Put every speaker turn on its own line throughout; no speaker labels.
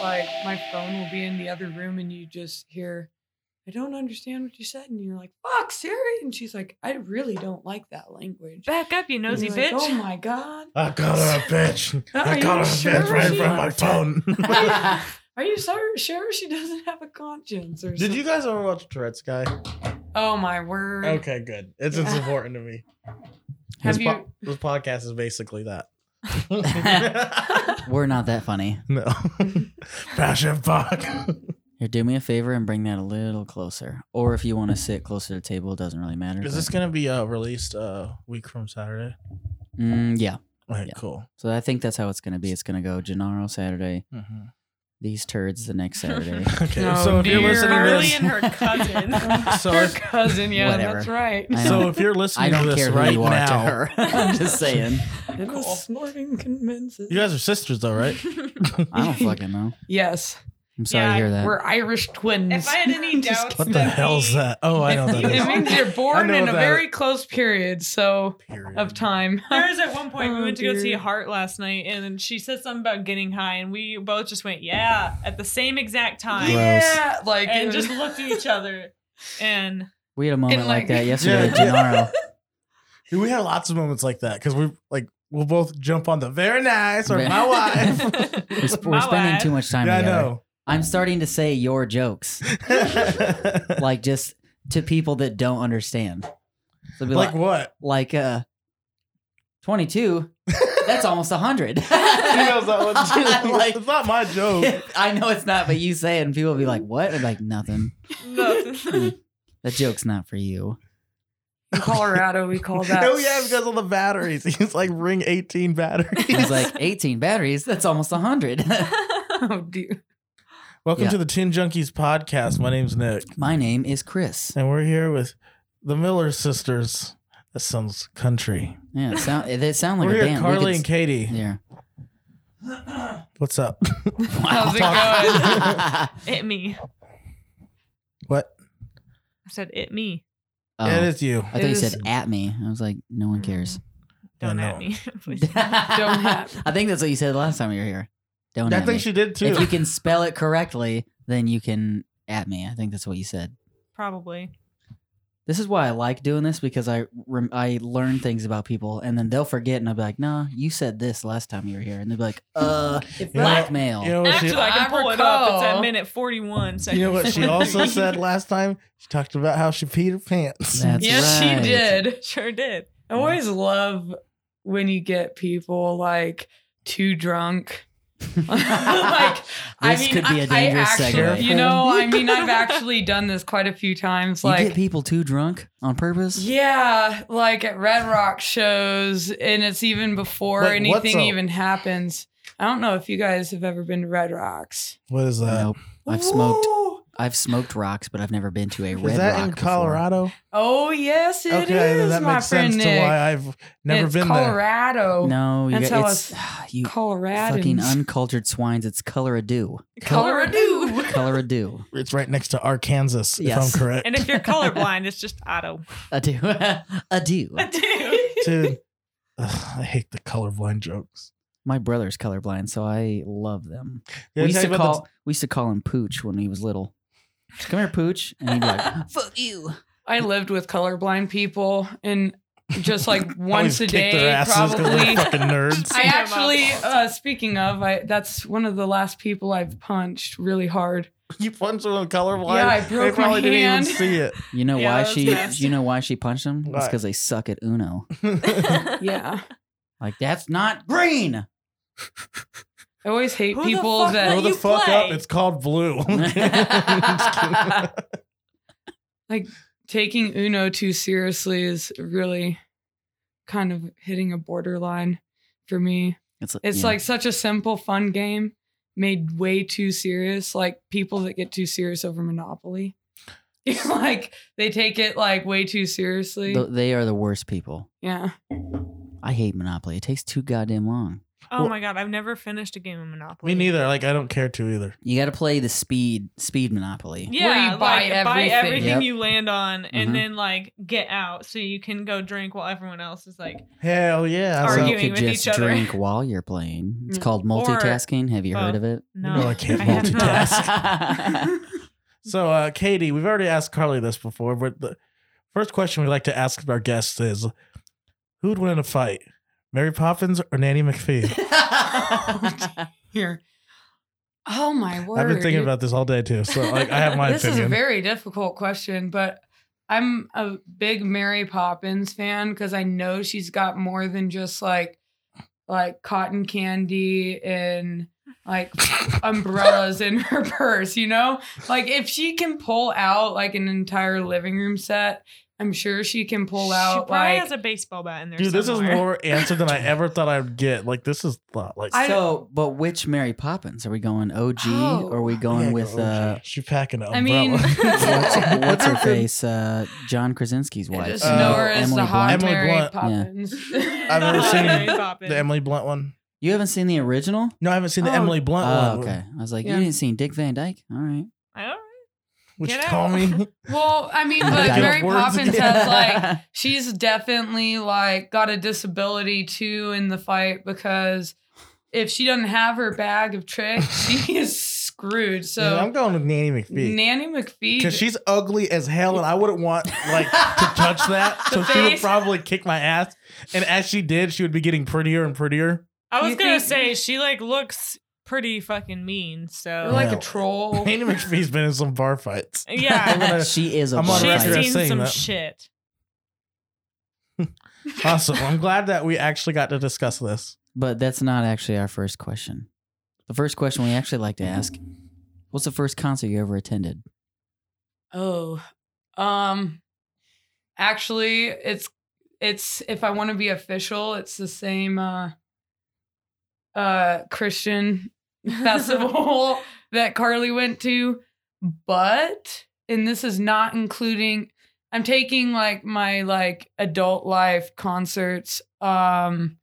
like my phone will be in the other room and you just hear, I don't understand what you said. And you're like, fuck, Siri. And she's like, I really don't like that language.
Back up, you
And
nosy
you're like,
bitch.
oh my God.
I got her a bitch.
Are
I
you
got her a
sure
bitch right
she-
from my phone.
"Oh Are you so sure she doesn't have a conscience or
Did you
something?
guys ever watch Tourette's Guy?
Oh my word.
Mm.
Okay, good. It's it's important to me.
Have
this,
you
po- this podcast is basically that.
We're not that funny.
no. Fashion fuck.
Here, do me a favor and bring that a little closer. Or if you want to sit closer to the table, it doesn't really matter.
Is this
but-
gonna be uh, released a week from Saturday?
Mm, yeah.
All right,
Yeah.
cool.
So I think that's how it's going to be. It's going to go Gennaro Saturday,
Mhm.
these turds the next Saturday.
Okay,
Oh,
so if you're
dear.
listening to
Harley
this,
and her cousin.
so
her
if-
cousin, yeah,
Whatever.
that's right.
I
so
don't-
if you're listening
I don't
to this
care who
right
you are to
now,
her. I'm just saying.
And the snorting convinces.
you guys are sisters though, right?
I don't fucking know.
yes,
I'm sorry
Yeah,
to hear that.
we're Irish twins.
If I had any
Just
doubts,
What the
that
hell's
we-
that? Oh, I know what that
it
is.
means you're
I
born
know
in a
that.
very close period, so
Period.
of time.
There was at one point we
Oh,
went to go see
dear.
Heart last night, and then she said something about getting high, and we both just went, "Yeah," at the same exact time,
Yeah.
yeah, like
and
it-
just looked at each other. And
we had a moment
and,
like,
like-
that yesterday
Yeah.
at Gennaro.
Dude, we have lots of moments like that because we like we'll both jump on the very nice or
Very-
my wife.
We're, sp- we're
My
spending
bad.
too much time
yeah, I
together.
know.
I'm starting to say your jokes,
like,
like just to people that don't understand. So be like,
what?
like uh 22 that's almost 100
He knows that Oh. one too.
like,
it's not my joke.
i know it's not but you say it and people be like what i'm like nothing
nothing.
that joke's not for you
in Colorado, we call that.
oh yeah, because of the batteries. He's like ring eighteen batteries.
it's like 18 batteries that's almost 100
oh dear.
Welcome
Yeah.
to the Tin Junkies podcast. My name's Nick,
my name is chris
and we're here with the Miller sisters. That sounds country.
yeah it sound, it sound like
we're
a
here,
band We
Carly
could
and
s-
Katie.
yeah
What's up?
How's it going?
it me. I
What?
said it me.
Oh,
Yeah, it is you.
i thought you
It is-
said at me i was like no one cares
Don't
Yeah,
at
no.
me. Please.
at
i think that's what you said last time you were here don't
I
at me.
think she did too.
If you can spell it correctly, then you can at me. I think that's what you said.
Probably.
This is why I like doing this because I rem- I learn things about people and then they'll forget and I'll be like, nah, you said this last time you were here. And they'll be like, uh,
know-
blackmail.
you know what Oh, she,
Actually, I can
I
pull it up. It's at
recall-
minute 41 seconds.
you know what she also said last time? She talked about how she peed her pants.
That's
Yes,
right.
she did.
Sure did.
I always love when you get people like too drunk. like I
This
mean,
could be
I-
a
I
dangerous
actually-
segue.
You know, I mean, I've actually done this quite a few times.
you
Like,
get people too drunk on purpose?
yeah, like at Red Rock shows, and it's even before
Like, what's
anything
a-
even happens. I don't know if you guys have ever been to Red Rocks.
What is that?
nope. I've smoked.
Ooh. I've
I've smoked rocks, but I've never been to a red
Is that
rock
in
before.
Colorado?
Oh yes, it is.
okay, then that
my
makes
friend
sense
Nick.
to why I've never
it's
been
Colorado.
No, you
That's
got,
how
it's you
Colorado.
fucking uncultured swines. It's Colorado.
Colorado.
Colorado.
there. It's right next to Arkansas,
Yes.
if I'm correct.
And if you're colorblind, it's just auto.
I do. I do.
Dude, ugh, I hate the colorblind jokes.
My brother's colorblind, so I love them.
Did I
we used
tell
to
you about
call we used to call him Pooch when he was little. Come here, Pooch, and he'd be like, "Fuck you."
I lived with colorblind people and just like
the- I
once
always
a
kick
day
their asses 'cause
probably.
they're fucking nerds.
I
Beat 'em
actually
up.
uh, speaking of I that's one of the last people I've punched really hard.
you punch them colorblind.
Yeah, I
they
broke my
probably didn't
hand.
even see it.
You know
Yeah,
why
that's
she?
nasty.
You know why she punched him? It's
Why?
because they suck at Uno.
Yeah.
Like that's not green.
I always hate
Who the
people
fuck
that
Grow
let
the
you
fuck
play.
up. It's called blue. Just kidding.
like taking Uno too seriously is really kind of hitting a borderline for me.
It's,
It's
yeah.
like such a simple, fun game made way too serious. Like people that get too serious over Monopoly, like they take it like way too seriously.
Th- they are the worst people.
yeah,
I hate Monopoly. It takes too goddamn long.
Oh
Well-
my god, I've never finished a game of Monopoly.
Me neither. Like I don't care to either.
You got to play the speed speed Monopoly.
Yeah,
you buy
like, buy
everything.
everything
Yep.
you land on, and
Mm-hmm.
Mhm.
then like get out so you can go drink while everyone else is like
Hell yeah.
Or
So-
Arguing
you could
with
just
each other.
drink while you're playing. It's
Mm.
called multitasking. Have you heard
both.
of it?
No,
No, I can't
have not.
multitask.
So, uh, Katie, we've already asked Carly this before, but the first question we like to ask our guests is who'd win in a fight, Mary Poppins or Nanny McPhee?
Here. Oh my word.
I've been thinking
dude.
about this all day too. So, like, I have my
this
opinion.
is a very difficult question, but I'm a big Mary Poppins fan because I know she's got more than just like like cotton candy and like umbrellas in her purse, you know? Like if she can pull out like an entire living room set, I'm sure she can pull
She
out
probably
like
has a baseball bat in there.
Dude, this is
somewhere.
more answer than I ever thought I'd get. Like, this is thought. Like,
I-
so, but which Mary Poppins? Are we going OG
Oh.
or are we
Yeah,
going
go
with
OG.
uh,
she packing an umbrella.
I mean-
what's, what's her
Dude,
face? Uh, John Krasinski's
I
wife.
just
Uh,
know her as
Emily
the hot
Blunt.
Emily
Mary
Blunt.
Yeah.
Poppins.
I've never
Not
seen
Mary
it.
Poppins.
the Emily Blunt one.
You haven't seen the original?
No, I haven't seen the
Oh.
Emily Blunt one.
Oh, okay. I was like,
Yeah.
you didn't see Dick Van Dyke? All right.
I don't know.
Would you
Get
call
out.
me?
Well, I mean, but
Got
Mary
words
Poppins
again.
has like she's definitely like got a disability too in the fight because if she doesn't have her bag of tricks, she is screwed.
Yeah, I'm
So
going with Nanny McPhee.
Nanny McPhee,
Because she's ugly as hell, and I wouldn't want like to touch that. So
The
she would
face.
probably kick my ass. And as she did, she would be getting prettier and prettier.
I was
You
gonna
think-
say she like looks pretty fucking mean.
you're
So
like
Yeah.
a troll.
Andy McPhee's been in some bar fights.
yeah,
gonna-
she is a
I'm on
bar
she's
record
fighter.
as
seen
saying
some
that.
shit.
Awesome. I'm glad that we actually got to discuss this.
But that's not actually our first question. The first question we actually like to ask What's the first concert you ever attended?
Oh, um, actually, it's it's if I want to be official, it's the same uh uh Christian festival that Carly went to, but and this is not including. I'm taking like my like adult life concerts. Um,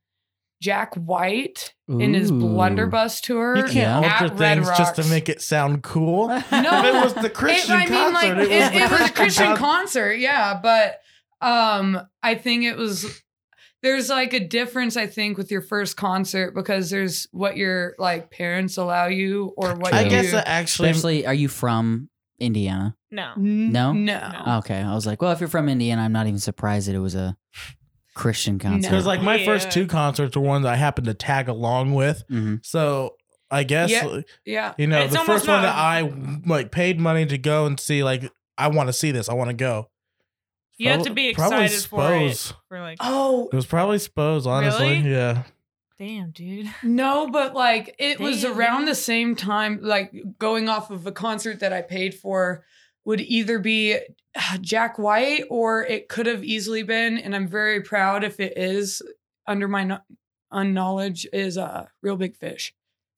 Jack White in his
Ooh.
Blunderbuss tour.
You can't
at
alter
Red
things just to
Rocks.
make it sound cool.
No,
If it was the Christian
it, I mean,
concert,
like it,
the
it was a Christian
concert.
concert, yeah. But um, I think it was there's like a difference, I think, with your first concert because there's what your like parents allow you or what
I
you
guess that actually.
Especially, are you from Indiana?
No,
no,
No?
Mm, no.
Uh,
Okay. I was like, well, if you're from Indiana, I'm not even surprised that it was a Christian concert.
Because like my first
Yeah.
two concerts were ones I happened to tag along with,
Mhm.
so I guess
Yeah. Yeah,
you know
It's
the
almost
first one
not-
that I like paid money to go and see. Like I want to see this. I want to go.
you have to
Prob-
be
probably
excited for it.
Spose.
We're like,
Oh
It was probably Spose, honestly.
Really?
Yeah.
damn, dude.
no, but like it was
Damn.
around the same time, like going off of a concert that I paid for would either be uh, Jack White or it could have easily been, and I'm very proud if it is under my kno- unknowledge is uh, Real Big Fish,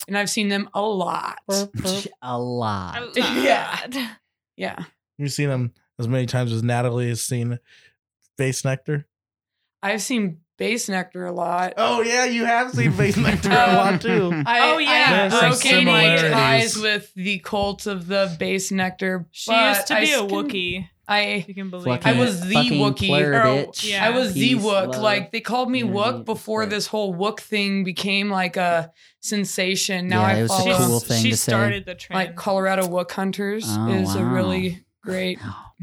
and I've seen them a lot.
a lot.
A
Yeah.
lot.
Yeah,
You've seen him as many times as Natalie has seen Bass Nectar.
I've seen Bass Nectar a lot.
Oh yeah, you have seen Bass Nectar a lot too.
I,
Oh,
I
yeah.
have
There's some
broken my
similarities.
ties with the cult of the Bass Nectar.
She
but
used to
I
be a
skin-
Wookiee.
I
If you can believe.
Fucking-
it.
I was the
fucking
Wookiee.
plur,
Or-
bitch.
yeah.
I was the
Peace,
Wook.
love,
Like they called me
unity,
Wook before
respect.
this whole Wook thing became like a sensation. Now
Yeah,
I
it was a
follow
She's-
cool thing
she
to say.
started the trend.
like Colorado Wook Hunters
Oh,
is a
wow.
really great.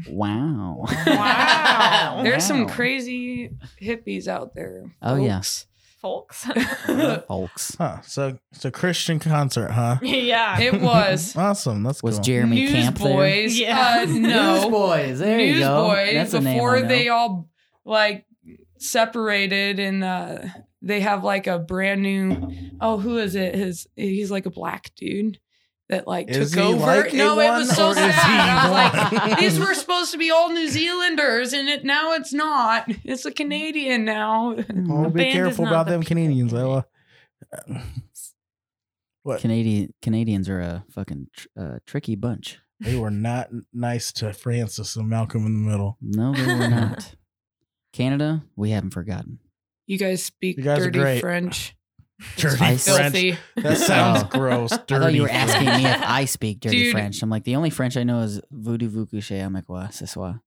Wow.
Wow.
There's some
Oh, Wow.
crazy hippies out there.
Oh, yeah.
yes.
folks.
folks.
Huh. So so Christian concert, huh?
yeah.
It was
Awesome. That's
Was
cool.
Jeremy Camp there?
Newsboys.
Yeah.
Uh, no.
Newsboys. There you go.
Newsboys
That's a name I
before
know.
they all like separated and uh they have like a brand new oh who is it his he's like a black dude that like
Is
took
he
over
like a
no it
one
was so
or is he
sad i was
one?
like these were supposed to be all new zealanders and it now it's not it's a canadian now
Oh,
Mm.
be
band is
careful
not
about
the
them
people.
Canadians. I lo- What?
Canadian Canadians are a fucking tr- uh, tricky bunch.
They were not nice to Francis and Malcolm in the Middle.
No, they were not. Canada, we haven't forgotten.
you guys speak
You guys are
dirty
great.
french
Dirty
I-
French.
Filthy.
That sounds
Oh.
gross. Dirty
I thought you were
French.
asking me if I speak dirty
Dude.
French. I'm like, the only French I know is voodoo vukuche amekwa siswa.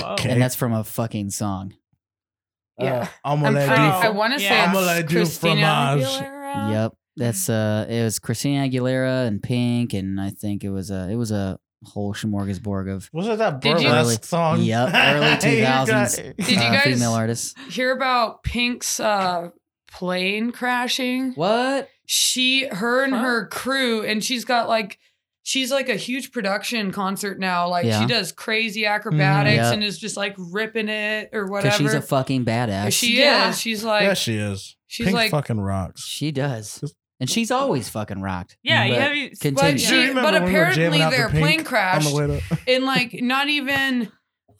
Whoa.
Okay.
And that's from a fucking song.
Yeah.
Uh,
Oh,
I'm
omelette du-
pretty,
Amaladu.
I want to
Yeah.
say
Amaladu
it's Christina
fromage.
Aguilera.
Yep. That's uh it was Christina Aguilera and Pink and I think it was a it was a whole smorgasbord of
Wasn't that
Did you-
burlesque song?
Yep, early
You got-
2000s.
Did you
uh,
guys-
female artists.
Hear about Pink's uh, plane crashing?
What?
she her and
Huh?
her crew and she's got like she's like a huge production concert now like
Yeah.
she does crazy acrobatics
yeah.
and is just like ripping it or
Because
whatever
she's a fucking badass. She,
she
Yeah.
is she's like
yeah, she is.
she's
Pink
like
fucking rocks.
does. And she's always fucking rocked.
Yeah, you
But
have you.
continue.
but,
Do you
she,
remember
but
when we were
apparently
jamming out to
their
Pink
plane
On
crashed
the way to-
and like not even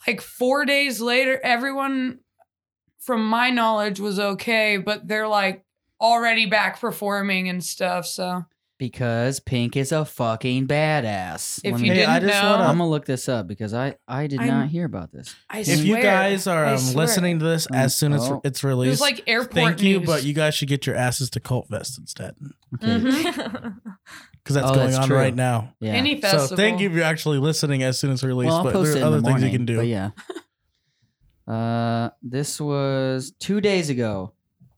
like four days later everyone from my knowledge was okay but they're like already back performing and stuff so
because Pink is a fucking badass.
if
Let
you
Hey,
me-
didn't
I just
know
wanna-
I'm gonna look this up because I I did
I'm-
not hear about this.
I
if you
swear,
guys are
I
um,
swear.
listening to this
Mm,
as soon as
oh.
it's
it was
released,
like airport
thank you,
news.
but you guys should get your asses to Cult Fest instead
Okay.
Mhm.
Hmm?
because that's
Oh,
going
that's
on
true.
right now.
Yeah.
Any festival.
So thank you if you're actually listening as soon as it's released.
well, I'll
but
post
there
it
are
in
other
the morning,
things you can do.
But yeah. Uh, this was two days ago.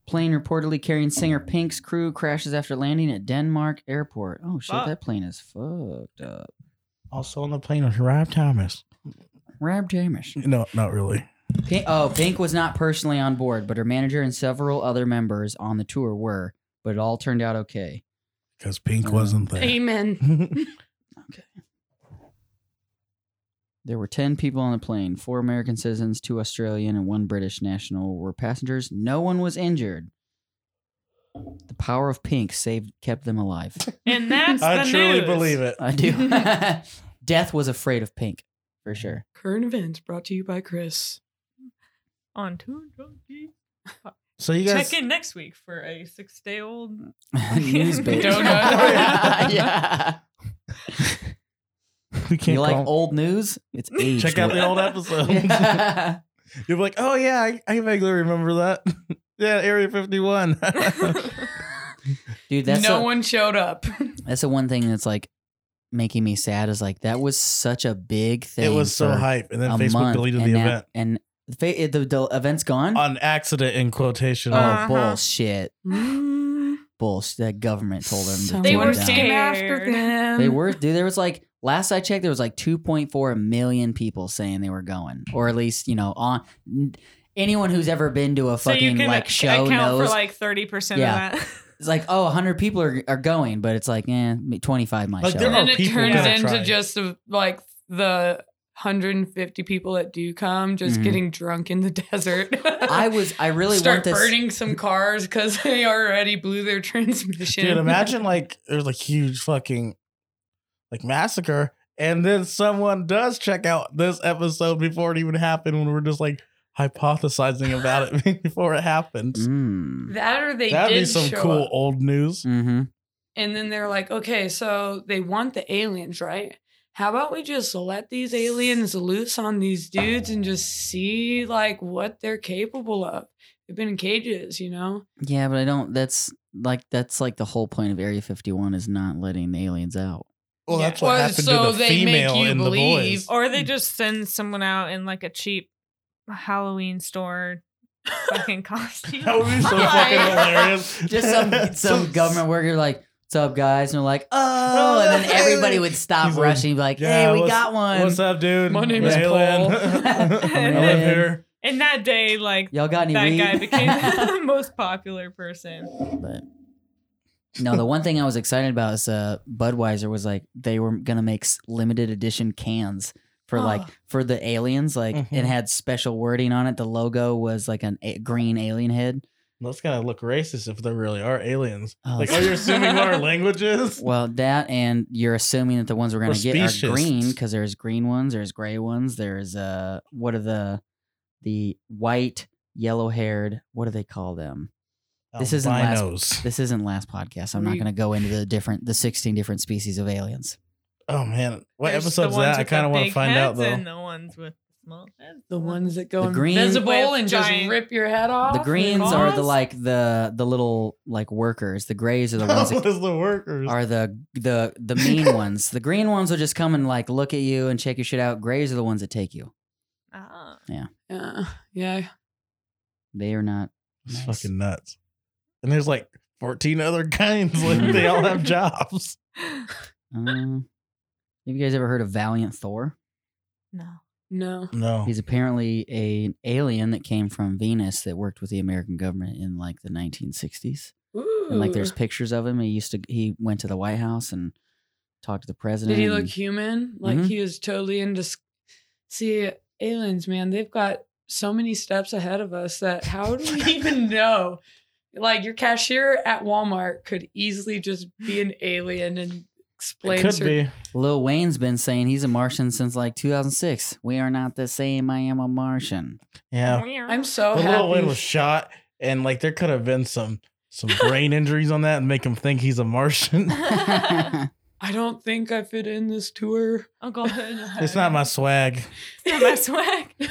Plane reportedly carrying singer Pink's crew crashes after landing at Denmark airport. Oh shit,
Fuck.
that plane is fucked up.
Also on the plane was Rob Thomas.
Rab Jamish.
No, not really.
Pink, oh, Pink was not personally on board, but her manager and several other members on the tour were. But it all turned out okay.
Because Pink
Uh,
wasn't there.
Amen.
There were 10 people on the plane. Four American citizens, two Australian, and one British national were passengers. No one was injured. The power of pink saved kept them alive.
And that's
I
the
truly
news.
believe it.
I do. Death was afraid of pink, for sure.
Current events brought to you by Chris.
On two junkies.
So you guys,
Check in next week for a six day old.
News bit.
Donut.
yeah.
we can't
You like
call-
old news? It's age.
check out the old episodes. You're like, oh yeah, I, I vaguely remember that. yeah, Area 51.
Dude, that's
no
a-
one showed up.
That's the one thing that's like making me sad is like that was such a big thing.
it was so
for
hype, and then
a
Facebook
month,
deleted the
and now-
event
and the, fa- the, the event's gone.
on accident in quotation.
oh
Uh-huh.
bullshit!
they
Hmm? Bullshit! That government told them to
Someone
take it
were
down.
scared.
came after them.
They were dude. There was like last I checked, there was like 2.4 million people saying they were going, or at least you know on. Anyone who's ever been to a
So you
fucking
can
like
ac-
show
account
knows
for like 30%
Yeah.
of that.
it's like oh 100 people are, are going, but it's like eh, 25 might
Like,
show.
there
and
up.
then
are
it
people
turns
gonna
into
try.
just a, like the 150 people that do come just
Mhm.
getting drunk in the desert.
I was I really want
Start
this.
burning some cars because they already blew their transmission.
Dude, imagine like there's a huge fucking like massacre, and then someone does check out this episode before it even happened when we're just like hypothesizing about it before it happened.
Mm.
that, or they
That'd
did
be some
show
cool
up.
old news.
Mm-hmm.
And then they're like, okay, so they want the aliens, right? How about we just let these aliens loose on these dudes and just see like what they're capable of? They've been in cages, you know?
Yeah, but I don't. That's like that's like the whole point of Area 51 is not letting the aliens out.
Well,
Yeah.
that's what
Well,
happened
so
to the
they make
female
you
in the
believe-
boys.
Or they just send someone out in like a cheap Halloween store fucking costume.
That would be so
Like-
fucking hilarious.
Just some some government worker like, "What's up, guys?" And they're like, "Oh," and then everybody would stop
He's like,
rushing, be like,
"Yeah,
"Hey, we
what's-
got one.
What's up, dude?
My name is
Alien.
Paul.
I live here.
And that day, like
Y'all got any
that
weed?"
guy became the most popular person.
but no, the one thing I was excited about is uh, Budweiser was like they were gonna make s- limited edition cans for like
Oh.
for the aliens, like
Mhm.
it had special wording on it. The logo was like an a green alien head.
That's gonna look racist if there really are aliens.
Oh,
Like,
it's-
are you assuming what our language is?
Well, that and you're assuming that the ones we're gonna
Or
get are
specious.
green because there's green ones, there's gray ones, there's uh, what are the the white, yellow haired? What do they call them? This isn't last-
Albinos.
This isn't last podcast. I'm not
We-
gonna go into the different the 16 different species of aliens.
Oh man, what
There's the
episode's
ones
that? I
with the
kind of want to
big
find out
heads
though.
And the ones with Well, that's
The ones that go
The green-
invisible
With
and just
giant-
rip your head off.
The
and
greens are the
claws?
like the the little like workers. The grays are the ones
That
that
was the workers.
are the the the mean ones. The green ones will just come and like look at you and check your shit out. Grays are the ones that take you.
Ah.
Yeah, yeah.
They are not.
It's
Nice.
fucking nuts. And there's like 14 other kinds. Like they all have jobs.
Um, have you guys ever heard of Valiant Thor?
no.
No.
No.
He's apparently a, an alien that came from Venus that worked with the American government in like the 1960s.
Ooh.
And like there's pictures of him. He used to he went to the White House and talked to the president.
Did he look
and-
human? Like
Mm-hmm.
Mhm.
he was totally into. s- See, aliens, man, they've got so many steps ahead of us that how do we even know? Like your cashier at Walmart could easily just be an alien and explain.
It could
cer-
be.
Lil Wayne's been saying he's a Martian since like 2006. We are not the same. I am a Martian.
Yeah.
I'm so
But
Oh, happy.
Lil Wayne was shot, and like there could have been some some brain injuries on that and make him think he's a Martian.
I don't think I fit in this tour.
oh god.
it's not my swag.
It's not my swag.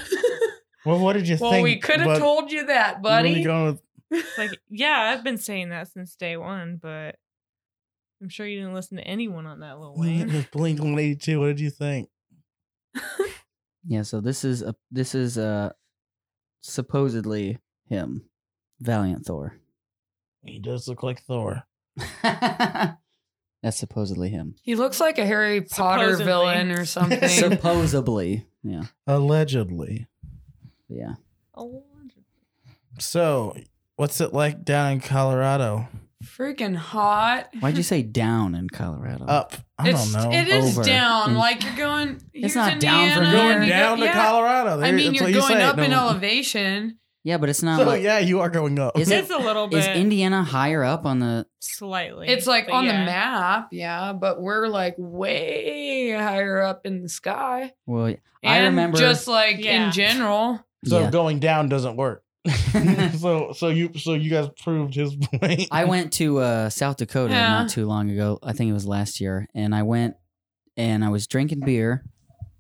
well,
Well, what did you think?
we could
bud-
have told you that,
when
buddy.
you go with-
It's like, yeah, I've been saying that since day one, but I'm sure you didn't listen to anyone on that little Wayne.
with Blink One Eighty Two? What did you think?
Yeah, so this is a this is uh supposedly him, Valiant Thor.
He does look like Thor.
That's supposedly him.
He looks like a Harry Potter
Supposedly.
villain or something.
So-
Supposedly, yeah,
Allegedly.
yeah.
Oh,
So, what's it like down in Colorado?
Freaking hot.
Why'd you say down in Colorado?
Up? I
Oh. it's,
don't know.
It is
Over.
down.
Mm.
Like you're going. here's
not down from
Indiana,
here.
and
going
you go-
down to
yeah.
Colorado.
I
There-
mean,
that's
you're
what you
going
say,
up in
no-
elevation.
yeah, but it's not
So
like
yeah, you are going up.
Is it-
it's a little
is
bit
Indiana higher up on the?
slightly.
It's like
but
on
yeah.
the map, yeah, but we're like way higher up in the sky.
Well, I
And
remember-
just like
Yeah.
in general.
So
yeah.
going down doesn't work. so so you so you guys proved his point.
I went to uh, South Dakota
Yeah.
not too long ago. I think it was last year, and I went and I was drinking beer.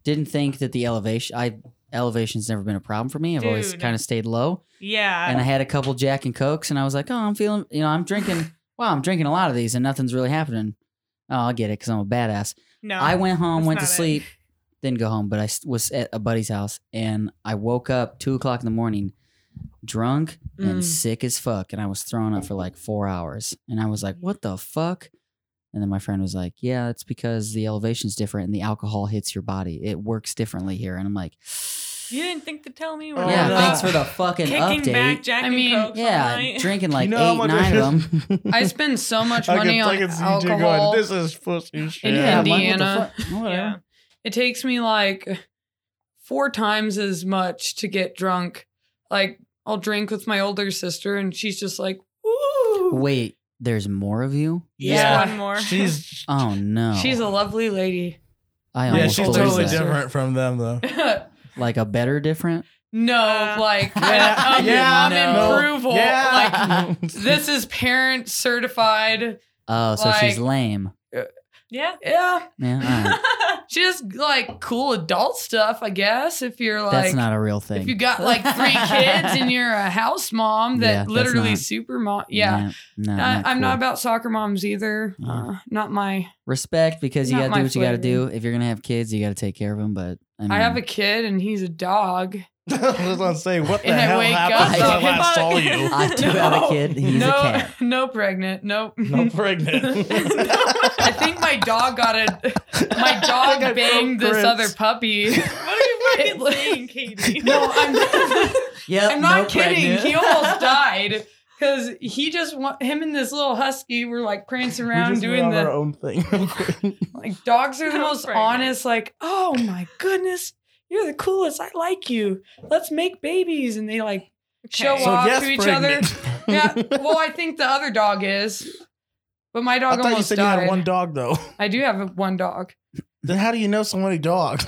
Didn't think that the elevation, I elevation's never been a problem for me. I've always
Dude.
kind of stayed low.
Yeah.
and I had a couple Jack and Cokes, and I was like, oh, I'm feeling, you know, I'm drinking. wow, I'm drinking a lot of these, and nothing's really happening. Oh, I'll get it because I'm a badass.
no.
I went home,
that's
went to
not it.
sleep, didn't go home, but I s- was at a buddy's house, and I woke up two o'clock in the morning, drunk and
Mm.
sick as fuck, and I was thrown up for like four hours, and I was like, what the fuck? And then my friend was like, "Yeah, it's because the elevation's different and the alcohol hits your body. It works diffently here." And I'm like,
You didn't think to tell me. when
Oh,
I
"Yeah,
was
no.
thanks for the
up
fucking
kicking
update."
back Jack
I
and
mean,
Cokes all
yeah,
night.
drinking like
You know how
eight,
much
nine
it
of them.
is?
I spend so much
I can
money on
fucking see you two going,
alcohol.
This is pussy shit.
Yeah,
I'm like, what the
Indiana.
fuck? Whatever.
Yeah.
it takes me like four times as much to get drunk. Like I'll drink with my older sister, and she's just like, "Ooh,
Wait, there's more of you?
Yeah.
One more.
She's
Oh no!
she's a lovely lady."
I
yeah,
almost
she's
believe
totally
that.
different from them though.
Like a better different.
no,
Uh,
like
Yeah,
I'm,
yeah,
I'm in
no,
approval. Like
yeah.
this is parent certified.
Oh, so she's
Like-
lame.
Yeah.
Yeah,
Yeah, all right.
just like cool adult stuff, I guess. If you're like,
that's not a real thing.
if you got like three kids and you're a house mom
Yeah,
that
that's
literally
not-
super mom, yeah.
no, no,
I, I'm
cool.
not about soccer moms either.
Yeah.
Uh, not my.
respect because you
not
gotta do
my
what you gotta do.
flavor.
If you're gonna have kids, you gotta take care of them. But I, mean,
I have a kid and he's a dog.
I was gonna say, what the
And I
hell
wake up,
happened
I'm
when I last saw
like-
you?
I do have a
No.
kid. He's
no,
a cat.
no pregnant. Nope.
No pregnant.
I think my dog got a. My
I think I
dog banged
broke
this
ribs.
other puppy.
What are you
It
fucking
look-
saying, Katie?
No, I'm.
Yep,
I'm not
no
kidding.
pregnant.
He almost died because he just wa- him and this little husky were like prancing
We
around
just went
doing
on our
the
own thing. real quick.
like dogs are the
I'm
most
pregnant.
honest. Like, oh my goodness, you're the coolest. I like you. Let's make babies, and they like show
Okay.
so
off
yes,
to each other.
pregnant.
Yeah. Well, I think the other dog is, but my
I
dog
thought you
almost
said
died.
you had one dog though.
I do have a- one dog.
Then how do you know so many dogs?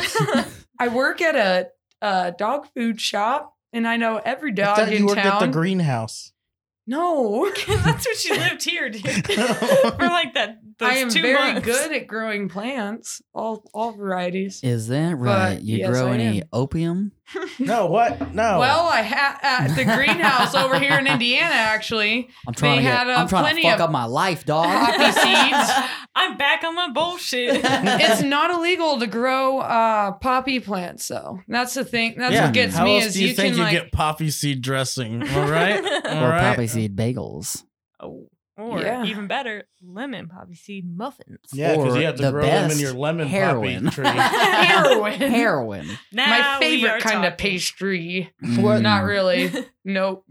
I work at a, a dog food shop, and I know every
I
dog
thought
in
you worked
town.
at the greenhouse.
no,
That's what she lived here, dude. For like that. Those
I am
two
very
months.
good at growing plants, all all varieties.
Is that right? you
yes,
grow
I
any
am.
opium?
No, what? No.
Well, I had at the greenhouse over here in Indiana, actually.
I'm trying
They
to get,
had, uh,
I'm trying to
plenty
fuck
of-
up my life, dog.
Poppy seeds.
I'm back on my bullshit.
It's not illegal to grow uh, poppy plants, though. That's the thing. That's
Yeah.
what gets
How
me
else
is
do you, think
can
you
like
get poppy seed dressing? All right. All
or
right.
poppy seed bagels.
Oh, or
Yeah.
even better, lemon poppy seed muffins.
Yeah, because
Or
you have to
the
grow them in
best
your lemon
heroin.
poppy tree.
heroin.
Heroin.
Now
My
we are
favorite kind of
talking.
pastry.
Mm.
Not really. Nope.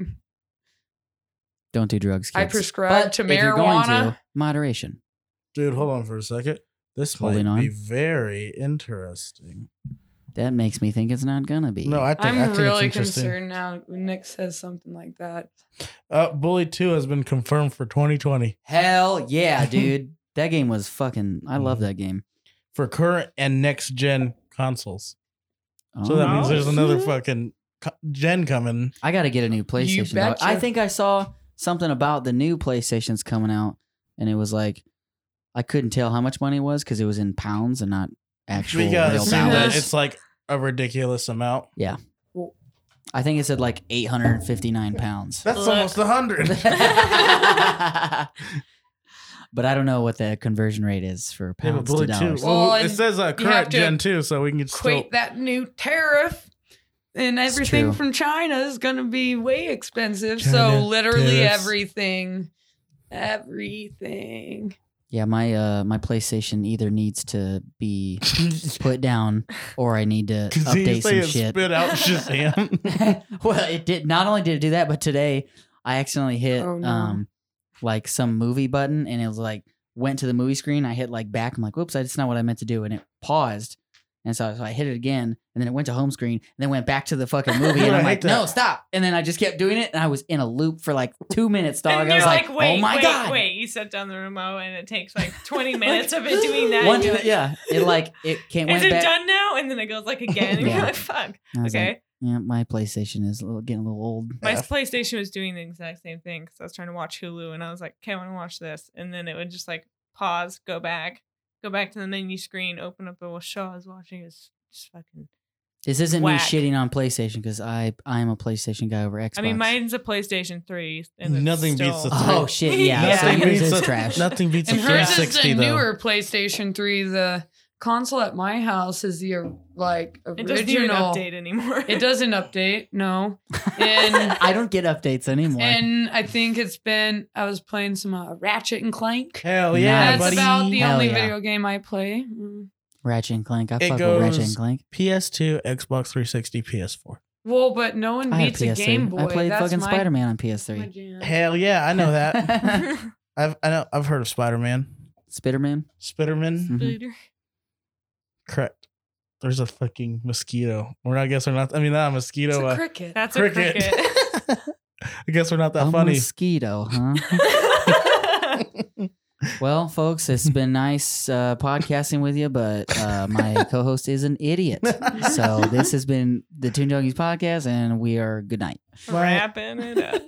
Don't do drugs. Kids.
I prescribe
But
to
if you're going
marijuana.
moderation.
Dude, hold on for a second. This
Holding
might be
on.
very interesting.
That makes me think it's not gonna be.
No, I think, I
I'm
think
really
it's interesting.
concerned now. when Nick says something like that.
Uh, Bully 2 has been confirmed for 2020
Hell yeah, dude. that game was fucking. I love that game.
for current and next gen consoles. So
Oh.
that means there's
Oh.
another fucking co- gen coming.
I got to get a new PlayStation. dog.
betcha.
I think I saw something about the new PlayStations coming out, and it was like I couldn't tell how much money it was because it was in pounds and not actual
we gotta
real
see
balance.
that
dollars.
it's like a ridiculous amount.
I think it said like 859 pounds.
That's
Look.
almost a hundred.
but I don't know what the conversion rate is for
Yeah, but
pounds to
Bully Two.
dollars.
Well,
Well,
it
and
says uh,
have
current
to
gen two, so we can still.
Equate that new tariff and everything
true.
from China is going to be way expensive.
China
so literally
tariffs.
everything, everything.
Yeah, my uh my PlayStation either needs to be put down or I need to
Because
update some shit.
spit out Shazam.
well, it did. Not only did it do that, but today I accidentally hit
Oh, no.
um like some movie button, and it was like went to the movie screen. I hit like back. I'm like, whoops, that's not what I meant to do, and it paused. And so, so I hit it again, and then it went to home screen, and then went back to the fucking movie.
Dude,
And
I
I'm
hate
like, no,
that.
stop. And then I just kept doing it, and I was in a loop for like two minutes, dog.
And you're
I was like,
like, wait,
oh my
wait,
god,
wait. You set down the remote and it takes like 20 minutes of it doing that.
One,
and you're
two-
like,
yeah, it like it came
Is
went
it
back.
done now? And then it goes like again. And
Yeah.
you're like, fuck.
And I was like,
Okay.
yeah, my PlayStation is a little, getting a little old.
My
Yeah.
PlayStation was doing the exact same thing because I was trying to watch Hulu and I was like, okay, I want to watch this. And then it would just like pause, go back, go back to the menu screen, open up the little show I was watching. It's just fucking.
This isn't
Whack.
me shitting on PlayStation because I I am a PlayStation guy over Xbox.
I mean, mine's a Playstation 3. And it's
Nothing beats
still-
the three.
Oh shit! Yeah,
Yeah.
so
Nothing
yours
beats
is
a-
trash.
Nothing beats a
and hers is
360
the
though.
newer PlayStation 3. The console at my house is the like original.
It doesn't even update anymore.
It doesn't update, no. And
I don't get updates anymore.
and I think it's been I was playing some uh, Ratchet and Clank.
Hell yeah,
That's
buddy.
about the
Hell
only
yeah.
video game I play. Mm.
Ratchet and Clank. I
It
fuck with Ratchet
goes-
and Clank.
PS2, Xbox 360, PS4.
Well, but no one
I had
beats a Game
PS3.
Boy.
I played
That's
fucking
my,
Spider Man
my
on PS3.
jam.
Hell yeah, I know that.
Later.
I've I know, I've heard of Spider Man,
Spiderman. Mm-hmm.
Spiderman. Correct. There's a fucking mosquito. We're not. I guess we're not. I mean, not a
It's
mosquito.
a
uh,
cricket.
That's
cricket.
a cricket.
I guess we're not that
A
funny.
mosquito, huh? well, folks, it's been nice uh, podcasting with you, but uh, my co-host is an idiot. So this has been the Toon Junkies podcast, and we are good night.
Wrapping it up.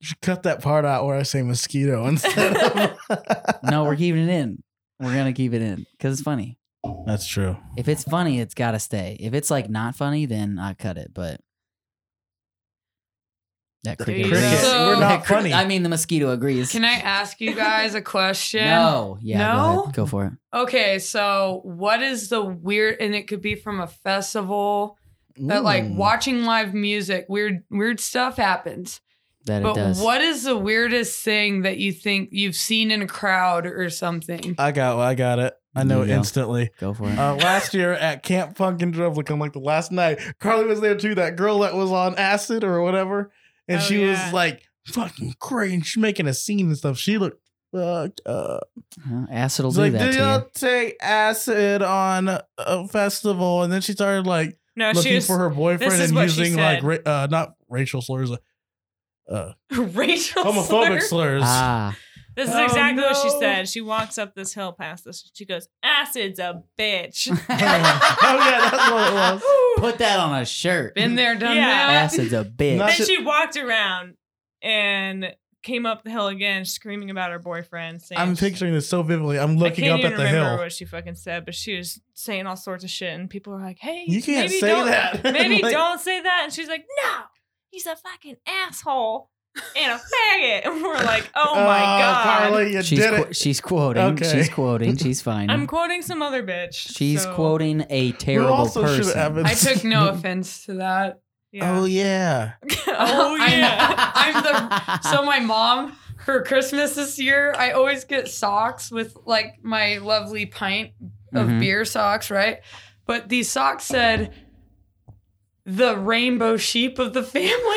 You should cut that part out where I say mosquito instead of.
No, we're keeping it in. We're gonna keep it in because it's funny.
That's true.
If it's funny, it's gotta stay. If it's like not funny, then I cut it. But that cricket,
Cricket.
agrees.
So- We're
not
That cri-
funny.
I mean, the mosquito agrees.
Can I ask you guys a question?
No, yeah, Go,
No?
ahead. Go for it.
Okay, so what is the weird and it could be from a festival, but like
Mm.
watching live music, weird weird stuff happens.
That
but
it does.
what is the weirdest thing that you think you've seen in a crowd or something?
I got. I got it. I know
There
it
you go.
instantly.
Go for it.
Uh, last year at Camp Funk in Drublick, I'm like the last night. Carly was there too. That girl that was on acid or whatever, and
Oh,
she
yeah.
was like fucking crazy. and She's making a scene and stuff. She looked fucked up.
Huh? acid will
It's
do
like,
that
did
to
y'all
you.
take acid on a festival? And then she started like
No, she
looking
was
for her boyfriend
this is
and
what she
using like
said.
ra- uh, not racial slurs, uh, uh,
racial
homophobic
slur.
slurs.
Ah,
This is
Oh,
exactly what she
no.
said. She walks up this hill past us. She goes, "Acid's a bitch."
oh yeah, that's what it was.
Ah. put that on a shirt.
Been there, done
Yeah.
that.
Acid's a bitch.
Not-
then she walked around and came up the hill again, screaming about her boyfriend. Saying
I'm
she-
picturing this so vividly. I'm
I
looking
can't
up
even
at the
remember
hill.
what she fucking said, but she was saying all sorts of shit, and people were like, "Hey,
You can't
maybe
say
don't-
that.
Maybe
Like-
don't say that." And she's like, "No, he's a fucking asshole and a faggot," and we're like, "Oh my god."
Carly, you
she's
did
qu-
it.
she's quoting.
Okay.
She's quoting. She's fine.
I'm quoting some other bitch.
she's
so-
quoting a
Who
terrible
also should
person.
have
I took no offense to that.
Yeah.
Oh yeah.
oh
I'm-
yeah.
I'm the so my mom for Christmas this year, I always get socks with like my lovely pint of
Mhm.
beer socks, right? But these socks said the rainbow sheep of the family.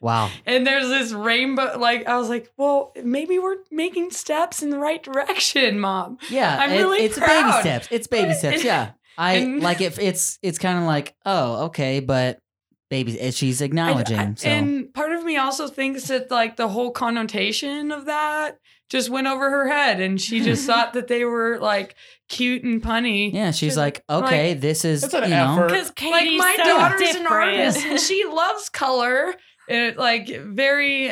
Wow.
and there's this rainbow like I was like, "Well, maybe we're making steps in the right direction, mom."
Yeah,
I'm
it-
really
it's baby
proud.
steps. It's baby steps. Yeah, I
And-
like if it's it's kind of like oh okay, but baby, and she's
I-
acknowledging.
I-
so
And part of me also thinks that like the whole connotation of that just went over her head and she just thought that they were like cute and punny.
yeah, she's
she's
like okay, this is
It's an
you know,
effort.
Because
Like
Katie's
my
so
daughter's an
different.
artist and she loves color. And like very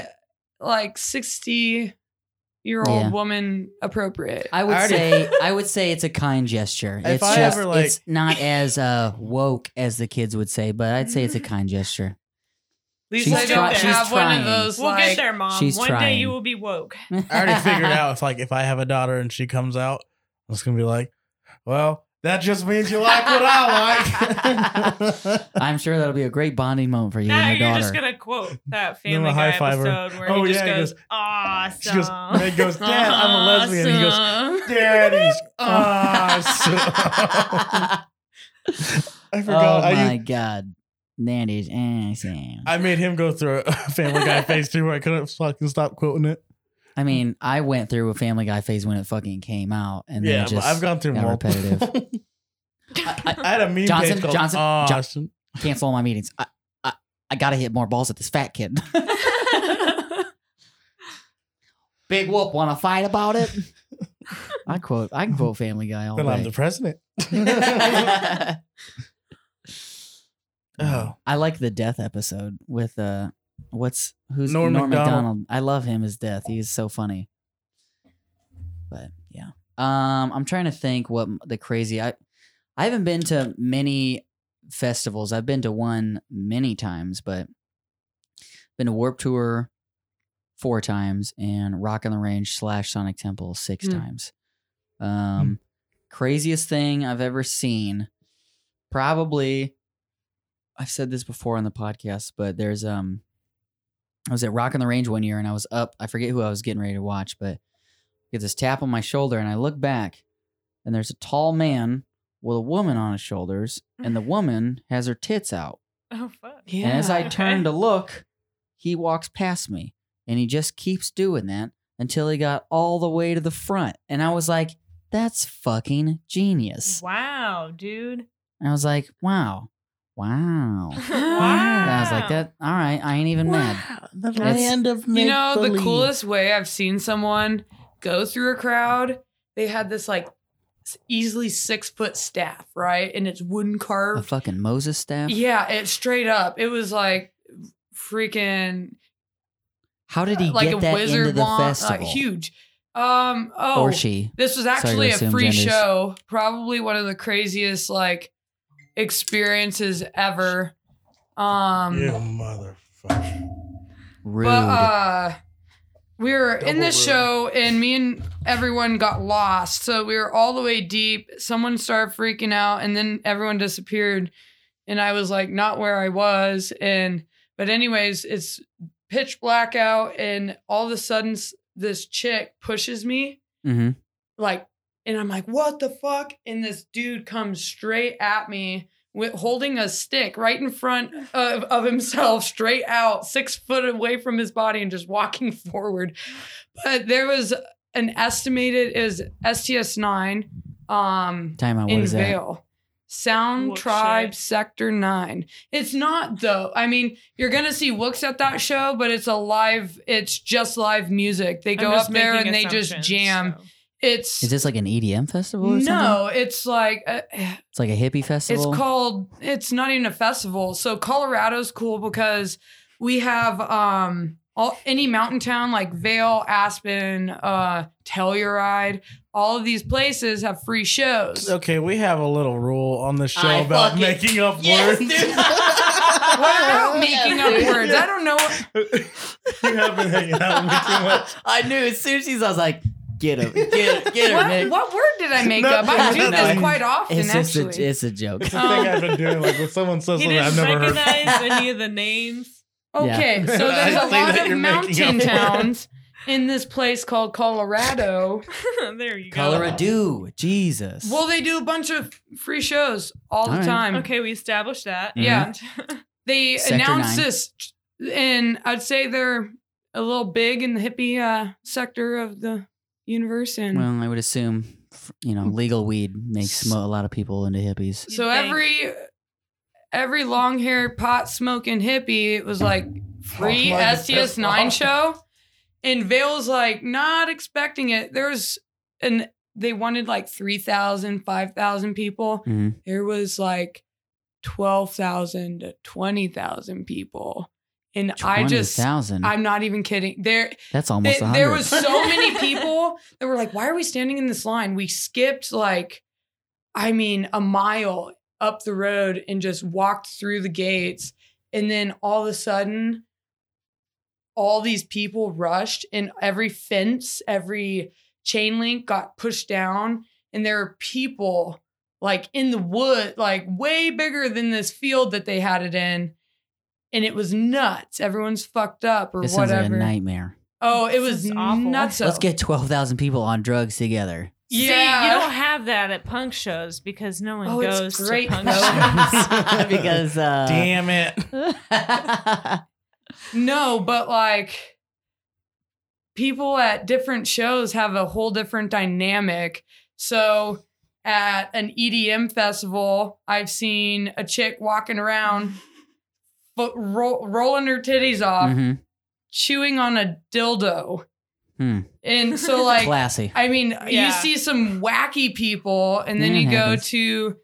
like 60 year old
Yeah.
woman appropriate.
I would
I already-
say I would say it's a kind gesture.
If
it's
I
just
ever, like-
it's not as uh, woke as the kids would say, but I'd say it's a kind gesture.
At least
she's
I
try-
don't
she's
have one
trying.
of those
We'll
like
get there, mom.
she's
One day
trying.
you will be woke.
I already figured out if like if I have a daughter and she comes out, I'm just gonna be like, well, that just means you like what I like.
I'm sure that'll be a great bonding moment for you
now
and
you're
your
just
daughter.
gonna quote that
Give him
Family
a
Guy
high fiver.
episode where
Oh,
he just
yeah, he
goes,
goes- she
"Awesome."
goes, Meg goes, Dad, I'm a lesbian. He goes,
Awesome.
Daddy's awesome. I
oh
forgot. I,
my
used-
god, eh, Nanny's awesome.
I made him go through a Family Guy phase too, where I couldn't fucking stop quoting it.
I mean, I went through a Family Guy phase when it fucking came out, and then
yeah,
it
but
just
I've gone through
got
multiple.
repetitive. I,
I had a meme
Johnson,
page called
Johnson, John-
Austin.
I cancel all my meetings. I, I, I gotta hit more balls at this fat kid. Big whoop, wanna fight about it? I quote, I can quote Family Guy all
Then I'm the
day.
president. oh,
I like the death episode with uh, what's who's
Norm
Norm,
Macdonald.
Macdonald. I love him as death. He's so funny. But yeah, um, I'm trying to think what m- the crazy I, I haven't been to many festivals. I've been to one many times, but been to Warp Tour four times and Rock on the Range slash Sonic Temple six
Hmm.
times. Um, craziest thing I've ever seen, probably. I've said this before on the podcast, but there's um, I was at Rock on the Range one year and I was up. I forget who I was getting ready to watch, but I get this tap on my shoulder and I look back, and there's a tall man with a woman on his shoulders, and the woman has her tits out.
"Oh fuck."
Yeah.
And as I
Okay.
turn to look, he walks past me and he just keeps doing that until he got all the way to the front. And I was like, that's fucking genius.
Wow, dude.
And I was like, wow,
wow.
wow. And I was like, that, all right, I ain't even mad.
the
It's-
land of
You know, the
make-believe.
coolest way I've seen someone go through a crowd, they had this like s- easily six foot staff, right? And it's wooden
A
carved.
fucking Moses staff.
Yeah, it's straight up. It was like freaking
How did he
like
get
a
that
wizard
into the
wand,
festival?
like huge. Um, oh,
Or she.
this was
to
actually a
assume
free
genders.
show, probably one of the craziest like experiences ever. Um,
You
Mm.
motherfucker.
Rude.
But uh, we were in
Double
this
rude.
show, and me and everyone got lost. So we were all the way deep. Someone started freaking out, and then everyone disappeared. And I was like, not where I was. And but anyways, it's pitch black out, and all of a sudden, s- this chick pushes me
hmm
like and i'm like what the fuck and this dude comes straight at me with holding a stick right in front of, of himself straight out six foot away from his body and just walking forward but there was an estimated is sts9 um
Time out. What
in
is that?
Vail. Sound
Wook
Tribe
shit.
Sector 9. It's not though. I mean, you're going to see Wooks at that show, but it's a live it's just live music. They
I'm
go
just
up there
making
and they just
assumptions,
jam.
so.
It's
Is this like an EDM festival or something?
no, it's like uh,
It's like a hippie
it's
festival?
called. It's not even a festival. So Colorado's cool because we have um all any mountain town like Vale, Aspen, uh, Telluride, all of these places have free shows.
Okay, we have a little rule on the show
I
about
fucking-
making up
Yes,
words.
dude.
Wow, making up
Yes, dude.
words. I don't know. What,
you have been hanging out with me too much.
I knew as soon as she's, I was like, get him, get him, get her,
what,
Nick.
what word did I make
No,
up? I do
no,
this
no.
quite often,
It's just
actually.
a, it's a joke.
It's the thing I've been doing. Like when someone says
He
something I've
didn't
never heard.
recognize any of the names.
Yeah.
Okay, so there's
I
a
see that
lot
you're
of
making up
mountain
words.
towns in this place called Colorado.
there you go.
Colorado, Jesus.
Well, they do a bunch of free shows all the
All right.
time.
Okay, we established that.
Mm-hmm.
Yeah. They
Sector
announce
nine.
this, and I'd say they're a little big in the hippie uh, sector of the universe. And
Well, I would assume, f- you know, legal weed makes mo- a lot of people into hippies.
so
You'd think.
every every long haired pot smoking hippie was like free
Oh my
STS nine
God.
show, and Vale's like not expecting it. There's an they wanted like 3,000, 5,000 people.
Mhm.
There was like 12,000 to 20,000 people. And I just,
20,000.
I'm not even kidding. There,
That's almost
there-
100.
there was so many people that were like, why are we standing in this line? We skipped like, I mean, a mile up the road and just walked through the gates. And then all of a sudden, all these people rushed and every fence, every chain link got pushed down. And there were people like in the wood, like way bigger than this field that they had it in. And it was nuts. Everyone's fucked up or
this sounds like a
whatever.
nutso.
Oh, it
This
was
is awful.
nuts.
Let's get 12,000 people on drugs together.
yeah.
See, you don't have that at punk shows because no one
Oh, it's
goes
great,
to punk
though.
shows.
because, uh,
Damn it.
no, but like people at different shows have a whole different dynamic. So at an EDM festival, I've seen a chick walking around, but ro- rolling her titties off,
Mhm.
chewing on a dildo.
Hmm.
And so, like,
Classy.
I mean,
Yeah.
you see some wacky people, and then
Yeah, it
you go
happens.
to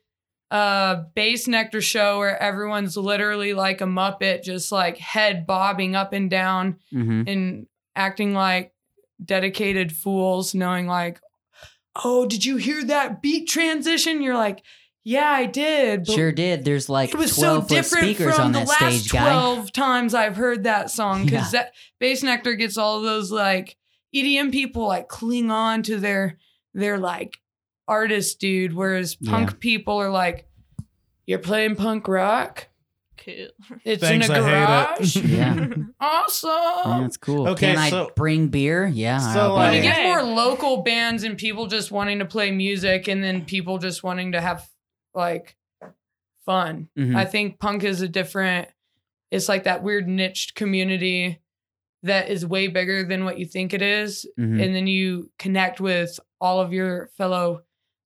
a bass nectar show where everyone's literally like a Muppet, just like head bobbing up and down
hmm
and acting like dedicated fools, knowing like, oh, did you hear that beat transition? You're like, yeah, I did. but
Sure did. There's like
It was
12
so
foot
different
speakers
from
on
the
that
last
stage, guy.
12 times I've heard that song because that bass nectar gets all those like EDM people like cling on to their their like artist dude, whereas punk people are like, you're playing punk rock.
Cool.
It's
Thanks,
in a
I hate
garage.
it.
Yeah.
Awesome.
Yeah, Oh, that's cool.
Okay,
Can I
so-
bring beer? Yeah.
So,
I'll
When
buy
you
like-
beer.
get more local bands and people just wanting to play music and then people just wanting to have like fun.
Hmm.
Mhm.
I think punk is a different it's like that weird niched community that is way bigger than what you think it is.
Hmm.
Mhm.
And then you connect with all of your fellow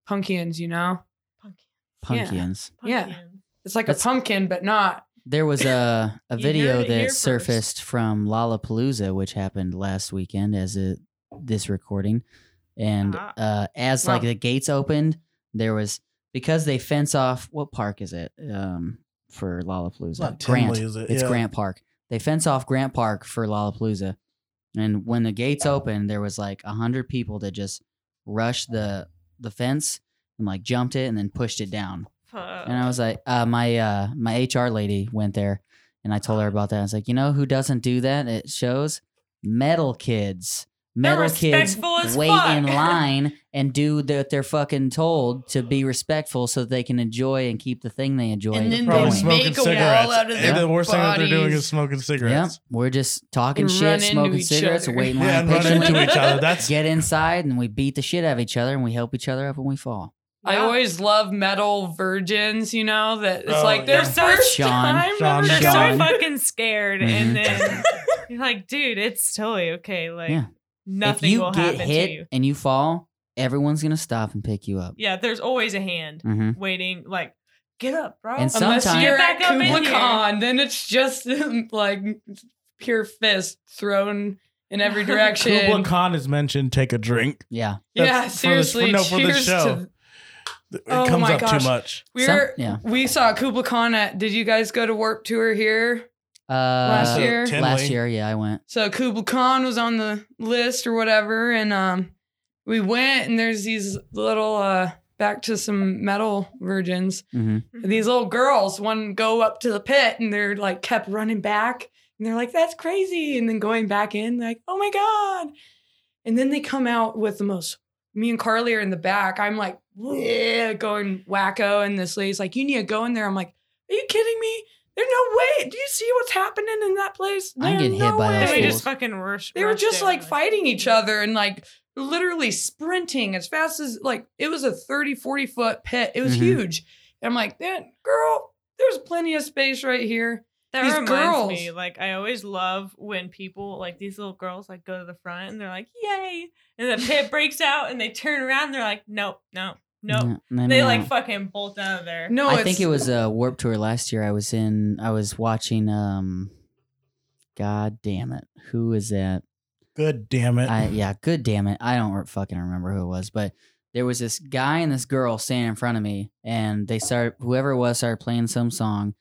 punkians, you know?
Punky.
Punkians.
Yeah.
Punky.
It's like
That's-
a pumpkin, but not.
There was a, a
You
video
heard it here
that
first.
surfaced from Lollapalooza, which happened last weekend as it this recording. And
Ah.
uh, as like
Wow.
the gates opened, there was because they fence off what park is it um, for
It's not
Lollapalooza?
Grant.
Grant.
Is it?
It's
Yeah.
Grant Park. They fence off Grant Park for Lollapalooza. And when the gates opened, there was like a hundred people that just rushed the the fence and like jumped it and then pushed it down.
Fuck.
And I was like, uh, my uh, my HR lady went there, and I told her about that. I was like, you know who doesn't do that? It shows metal kids.
They're
Metal kids
respectful as
wait
fuck.
in line and do that they're fucking told to be respectful, so that they can enjoy and keep the thing they enjoy.
And then
Probably
They
smoking
make a wall
cigarettes.
out of
And
their
the worst thing that they're doing
bodies.
is smoking
Yep,
cigarettes.
we're just talking
And run
shit,
into
smoking
each
cigarettes,
other.
waiting
Yeah,
line.
and running
patiently.
into each other. That's
Get inside and we beat the shit out of each other and we help each other up and we fall.
I
Yeah.
always love metal virgins, you know, that it's
Oh,
like their
yeah.
first
Sean.
time
Sean,
ever
They're
Sean.
so fucking scared,
Mhm.
and then you're like, dude, it's totally okay. Like
Yeah.
nothing
if you
will
get
happen
hit
to you.
and you fall, everyone's gonna stop and pick you up.
Yeah, there's always a hand
hmm
waiting. Like, get up, bro.
And some-
Unless
Sometimes-
you're
Get back
at
up in
Kubla
here.
Khan, then it's just like pure fist thrown in every direction.
Kubla Khan is mentioned. Take a drink.
Yeah.
yeah,
That's for the-
seriously.
no, for the
cheers
show.
to.
It
Oh
comes
my
up
gosh.
too much.
We were,
Some- yeah.
we saw Kubla Khan at. Did you guys go to Warp Tour here?
Uh,
last
Uh,
year.
ten-
Last
Henley.
year, yeah, I went.
So Kubla Khan was on the list or whatever, and um, we went and there's these little uh back to some metal virgins.
hmm
These little girls, one go up to the pit and they're like kept running back and they're like, "That's crazy!" and then going back in, like, "Oh my god!" And then they come out with the most. Me and Carly are in the back. I'm like "Yeah," going wacko, and this lady's like, "You need to go in there." I'm like, "Are you kidding me?" There's no way. Do you see what's happening in that place?
I'm
There's
getting hit
no
by those
And
way."
we
fools.
just fucking rush.
They were
rushed
just
in,
like fighting each other and like literally sprinting as fast as like it was a 30, 40 foot pit. It was
Mhm.
huge. And I'm like, that girl, there's plenty of space right here.
That
These
reminds me,
girls.
like I always love when people like these little girls like go to the front and they're like, "Yay!" and the pit breaks out and they turn around and they're like, "Nope, no, no."
no,
They
no.
like fucking bolt out of there.
No,
uh, I
it's,
think it was a warp tour last year. I was in. I was watching. Um, God damn it, who is that?
Good damn it.
I, yeah, good damn it. I don't re- fucking remember who it was, but there was this guy and this girl standing in front of me, and they started. Whoever it was started playing some song.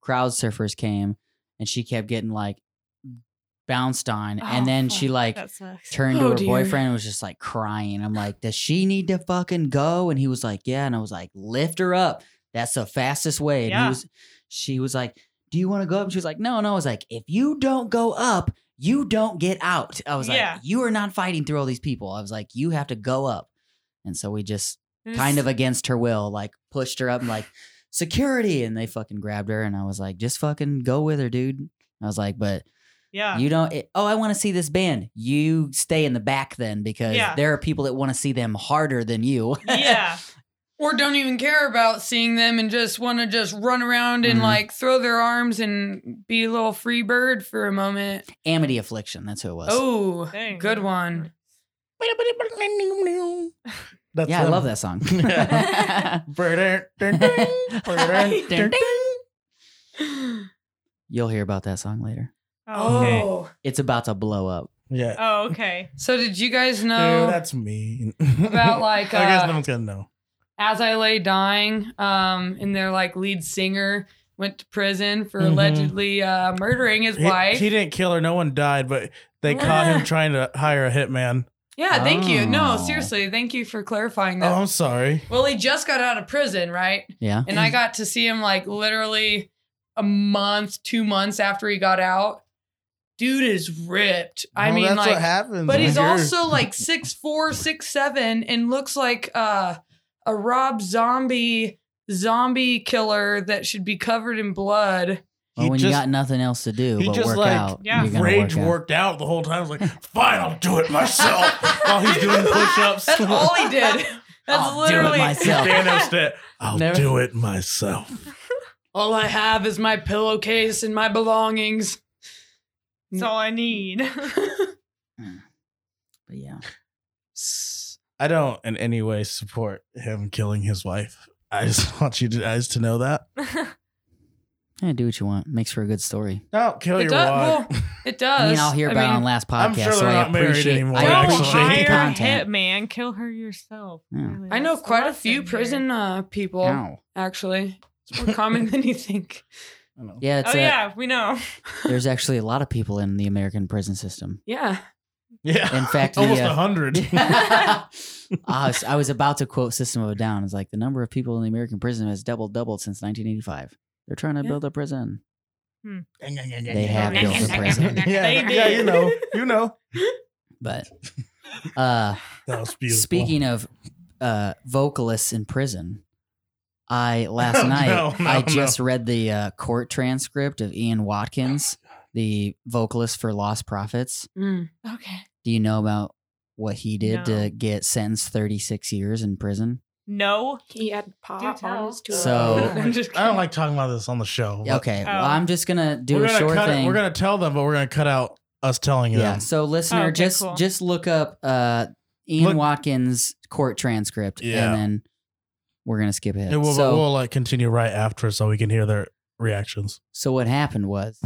Crowd surfers came, and she kept getting like bounced on,
Oh,
and then she
fuck,
like
that sucks.
turned to
Oh,
her
dear.
boyfriend and was just like crying. I'm like, does she need to fucking go? And he was like, yeah. And I was like, lift her up. That's the fastest way. And he
Yeah.
was, she was like, do you want to go up? And she was like, no. And I was like, if you don't go up, you don't get out. I was
Yeah.
like, you are not fighting through all these people. I was like, you have to go up. And so we just
And
kind of
it's-
against her will, like pushed her up and like security. And they fucking grabbed her. And I was like, just fucking go with her, dude. I was like, but
yeah.
you don't. It, oh, I want to see this band. You stay in the back then, because
Yeah.
there are people that want to see them harder than you.
yeah.
or don't even care about seeing them and just want to just run around and
Mhm.
like throw their arms and be a little free bird for a moment.
Amity Affliction. That's who it was.
Oh,
Dang.
good one.
That's
yeah, I love that song. You'll hear about that song later.
Oh, okay.
Oh,
It's about to blow up.
yeah.
Oh, okay.
so did you guys know
Dude, that's mean.
about like
I guess
uh,
no one's gonna know.
As I Lay Dying, um, and their like lead singer went to prison for
Mhm.
allegedly uh, murdering his
He,
wife.
he didn't kill her. No one died, but they caught him
Ah.
trying to hire a hitman.
yeah, thank you. No,
Oh.
seriously, thank you for clarifying
Oh,
that.
I'm sorry.
well, he just got out of prison, right?
Yeah.
And I got to see him like literally a month, two months after he got out. Dude is ripped. I
Well,
mean,
that's
like,
what happens.
But
when
he's
you're-
also like six four, six seven, and looks like uh, a Rob Zombie zombie killer that should be covered in blood.
Well,
he
when you
just-
got nothing else to do
he
but
just,
work
like,
out,
yeah,
you're gonna
rage
work out.
worked out the whole time. I was like, fine, I'll do it myself. While he's doing push-ups.
That's all he did. That's
I'll do it
literally
myself.
Thanos did. I'll
Never-
do it myself.
all I have is my pillowcase and my belongings.
That's all I need.
Hmm. But yeah,
I don't in any way support him killing his wife. I just want you guys to know that.
yeah, do what you want. Makes for a good story.
Don't kill
It
your
does.
wife.
well, it
I
does.
mean, I'll hear about it on
mean,
last podcast.
I'm sure
so
they're
I
not married
appreciate.
anymore,
I
Well,
Don't
actually-
appreciate the
hire a
content.
hitman. Kill her yourself.
Yeah.
Really,
I know
that's the
quite a
lesson
few
here.
prison uh, people,
Ow.
actually. It's more common than you think.
I don't know.
Yeah,
Oh
it's a,
yeah, we know.
there's actually a lot of people in the American prison system.
Yeah.
Yeah.
In fact, the,
almost a
uh,
hundred.
I, was, I was about to quote System of a Down. It's like the number of people in the American prison has doubled doubled since 1985. They're trying to
Yeah.
build a prison.
they
have built a prison.
Yeah,
They
yeah,
did.
you know, you know.
But uh,
That was beautiful.
speaking of uh, vocalists in prison, I last
No,
night
no,
I
no.
just read the uh, court transcript of Ian Watkins, the vocalist for Lost Prophets.
Mm.
Okay.
Do you know about what he did
No.
to get sentenced 36 years in prison?
No.
He had
Do tell. arms to
So-
I don't like talking about this on the show. but
Okay, well,
Oh.
I'm just gonna do
we're
a
gonna
short
cut it-
thing.
We're gonna tell them, but we're gonna cut out us telling
Yeah.
them.
So listener,
okay,
just
cool.
just look up uh, Ian
Look-
Watkins court transcript,
Yeah.
and then we're gonna skip ahead.
And we'll,
so
we'll like continue right after so we can hear their reactions.
so what happened was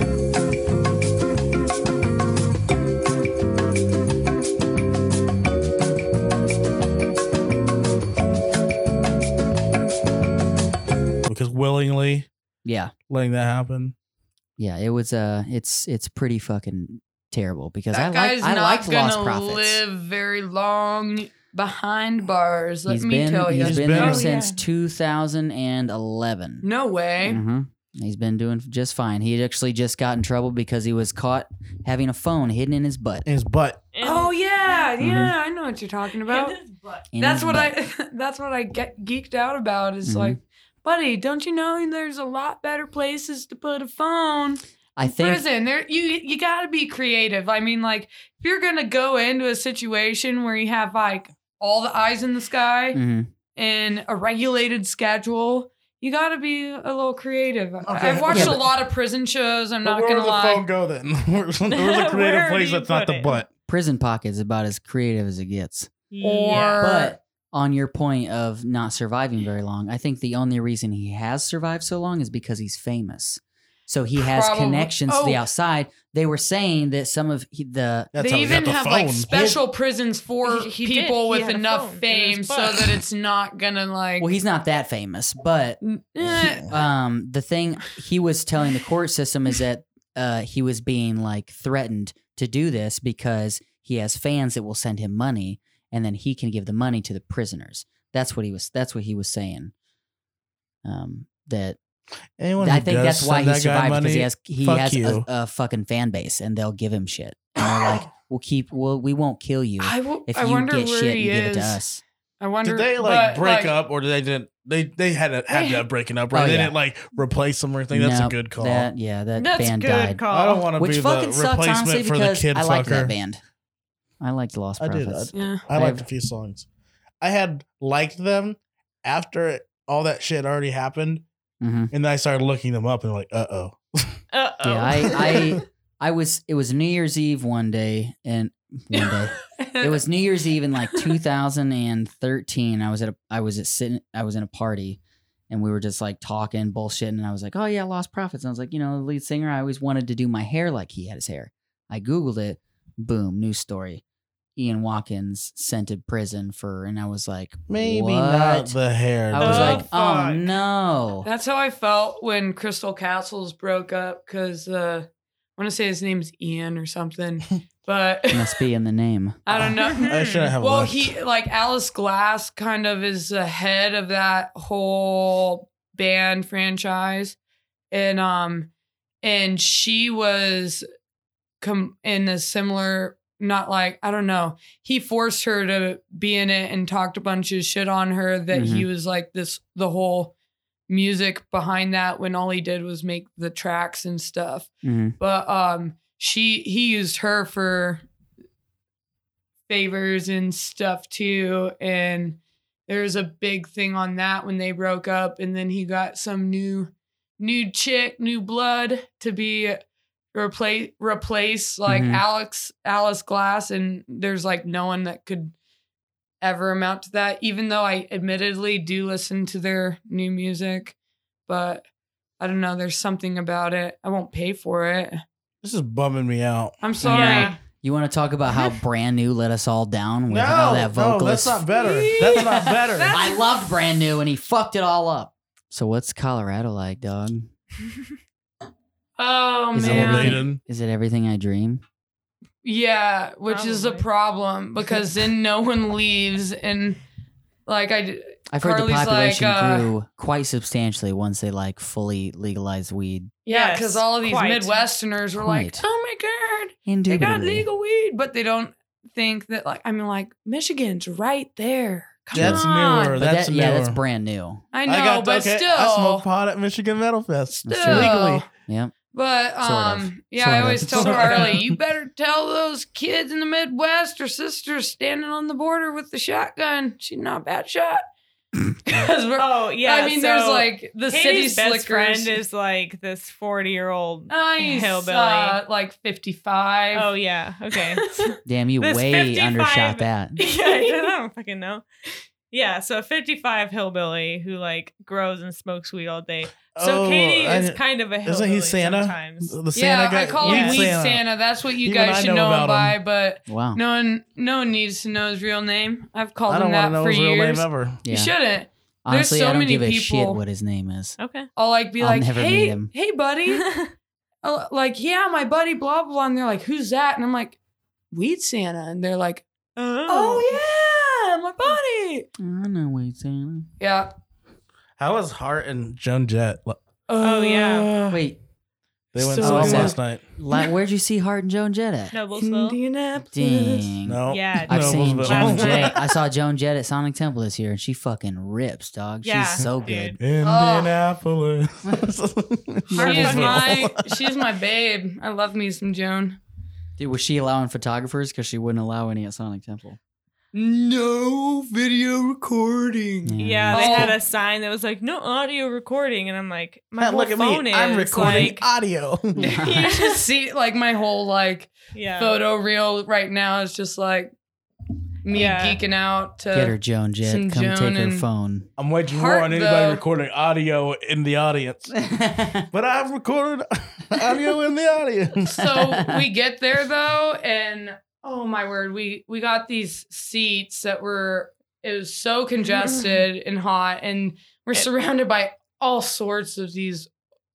Because willingly
yeah.
letting that happen.
Yeah, it was uh it's it's pretty fucking terrible because
That
I
guy's
like I
not
liked
gonna
Lost Prophets.
live very long behind bars. Let
He's
me
been
tell you.
he's been
been-
there
Oh,
since
yeah.
2011.
no way.
hmm He's been doing just fine. He actually just got in trouble because he was caught having a phone hidden in his butt.
in his butt.
Oh yeah,
Mhm.
yeah. I know what you're talking about.
In
that's
his
what
butt.
I. That's what I get geeked out about. Is
Mhm.
like, buddy, don't you know there's a lot better places to put a phone?
I think
Prison. There, you you got to be creative. I mean, like, if you're gonna go into a situation where you have like all the eyes in the sky
Mhm.
and a regulated schedule. You got to be a little creative. I-
Okay.
I've watched a
Yeah, but-
lot of prison shows. I'm not
where
gonna
would the phone
lie.
go then? Where's a creative
Where do
place
you
that's
put
not the
it?
butt?
prison pocket's about as creative as it gets.
Or
But on your point of not surviving very long, I think the only reason he has survived so long is because he's famous. So he has
Probably-
connections to the
oh.
outside. They were saying that some of he, the
That's how
they
he got
even
the
have like
phone.
special prisons for
He- he did.
people
He
with
had a
enough
phone in
fame
his
so
butt.
that it's not gonna like.
well, he's not that famous, but
Eh,
um the thing he was telling the court system is that uh he was being like threatened to do this because he has fans that will send him money and then he can give the money to the prisoners that's what he was that's what he was saying um that
Anyone
i
who
think
does
that's why
send that
he
guy
survived because
money-
he has he
fuck
has a,
you.
a fucking fan base and they'll give him shit and they're like we'll keep we'll we won't kill you
I, w-
if
I
you
wonder
get
where
shit and
he
give it
is.
to us
I wonder.
Did they like
but,
break
like,
up or did they didn't? They they had a, had
They-
that breaking up right.
Oh,
they
yeah.
didn't like replace them or anything. That's
Nope,
a good call.
that yeah that
that's
band
good
died
call.
I don't want to
Oh, which
be the
fucking
replacement
sucks honestly
for the
because
kid
I liked
fucker.
that band. I liked Lost
I did,
Prophets.
I-
Yeah.
I
I
liked
have-
a few songs. I had liked them after all that shit already happened,
hmm
and then I started looking them up and like, uh oh,
Uh oh.
Yeah, I, I I was it was New Year's Eve one day and one day it was New Year's Eve in like 2013. I was at a I was at sitting I was in a party and we were just like talking bullshit and I was like, "Oh yeah, Lost Prophets." And I was like, "You know, the lead singer, I always wanted to do my hair like he had his hair." I googled it. Boom, news story. Ian Watkins sent to prison for and I was like,
maybe
what?
not the hair.
I was
Oh,
like, "Oh
fuck.
no."
That's how I felt when Crystal Castles broke up because uh, I want to say his name's Ian or something, but
Must be in the name.
I don't know.
I shouldn't have.
well
left.
he like alice glass kind of is the head of that whole band franchise and um and she was com- in a similar not like i don't know he forced her to be in it and talked a bunch of shit on her that he was like this the whole music behind that when all he did was make the tracks and stuff
Mhm.
but um she he used her for favors and stuff too and there's a big thing on that when they broke up and then he got some new new chick new blood to be replace replace like
Mhm.
alex alice glass and there's like no one that could ever amount to that even though i admittedly do listen to their new music but i don't know there's something about it i won't pay for it
this is bumming me out.
i'm sorry
Yeah.
You want to talk about how brand new let us all down with
No,
all Oh that
no, that's
vocalist?
not better. That's not better.
That's-
I loved brand new, and he fucked it all up. So what's Colorado like, dog?
oh
Is it
man
Overrated. Is it everything I dream?
Yeah, which is a
Probably.
problem because then no one leaves and like I d-
I've heard
Carly's
the
like,
population
uh,
grew quite substantially once they like fully legalized weed.
yeah,
Yes,
because all of these
quite.
Midwesterners were like,
Quite.
"Oh my god, they got
Indubitably.
legal weed," but they don't think that like I mean like Michigan's right there. Come
That's
on.
newer.
But
That's
that, yeah, that's
newer.
brand new.
I know,
got-
but
okay,
still,
I smoked pot at Michigan Metal Fest
still.
legally.
Yep.
But
Sort
um,
of.
yeah,
Sort
I
of.
always tell
Sort of.
Carly, you better tell those kids in the Midwest her sister's standing on the border with the shotgun. She's not a bad shot. 'Cause we're-
oh yeah.
I mean, there's
so
like the
Katie's
city
best
slickers.
friend is like this forty year old.
nice,
hillbilly.
uh, like 55.
Oh yeah. Okay.
Damn, you
This
way
55
undershot that.
yeah, I don't fucking know. Yeah, so a 55 hillbilly who like grows and smokes weed all day. So
Oh,
Katie
I-
is kind of a hillbilly
isn't he Santa?
sometimes.
The Santa
yeah,
guy,
I call him
Weed
Weed Santa. That's what you
Even I
guys should
know
know him
about
by.
him.
But
Wow.
no one, no one needs to know his real name. I've called
I
him
don't want
that
to know
for
his real
years.
name ever.
You
Yeah.
shouldn't.
Honestly,
so
I don't
many
give a shit
people-
what his name is.
Okay.
I'll like be
I'll
like,
never meet
hey,
him."
hey, buddy. uh, like, yeah, my buddy, blah, blah. And they're like, who's that? And I'm like, Weed Santa. And they're like, oh, yeah, my buddy.
I know wait, Santa.
Yeah.
How was Hart and Joan Jett? Like,
Oh, yeah.
Uh,
Wait,
They went
So
to
good.
last night.
la- where'd you see Hart and Joan Jett at?
Noblesville.
Indianapolis.
Dang.
No.
Yeah,
I've
No,
seen
Noblesville.
Joan
Last
Jett.
night.
I saw Joan Jett at Sonic Temple this year, and she fucking rips, dog.
Yeah,
She's so
dude.
good.
Indianapolis.
Hart
She Oh. is
Noblesville.
my she's my babe. I love me some Joan.
Dude, was she allowing photographers? Because she wouldn't allow any at Sonic Temple.
No video recording.
Yeah, they
Oh.
had a sign that was like no audio recording, and I'm like, my
Pat,
whole
look at
phone
me.
is
I'm recording
Like,
audio.
you just see like my whole like
yeah,
photo reel right now is just like me
Yeah.
geeking out to
Get her Joan Jett.
some
Come take
Joan
her
and-
phone.
I'm waiting more
Hart,
on
though.
anybody recording audio in the audience. But I've recorded audio in the audience.
so we get there though and oh my word we we got these seats that were it was so
Mm.
congested and hot and we're surrounded by all sorts of these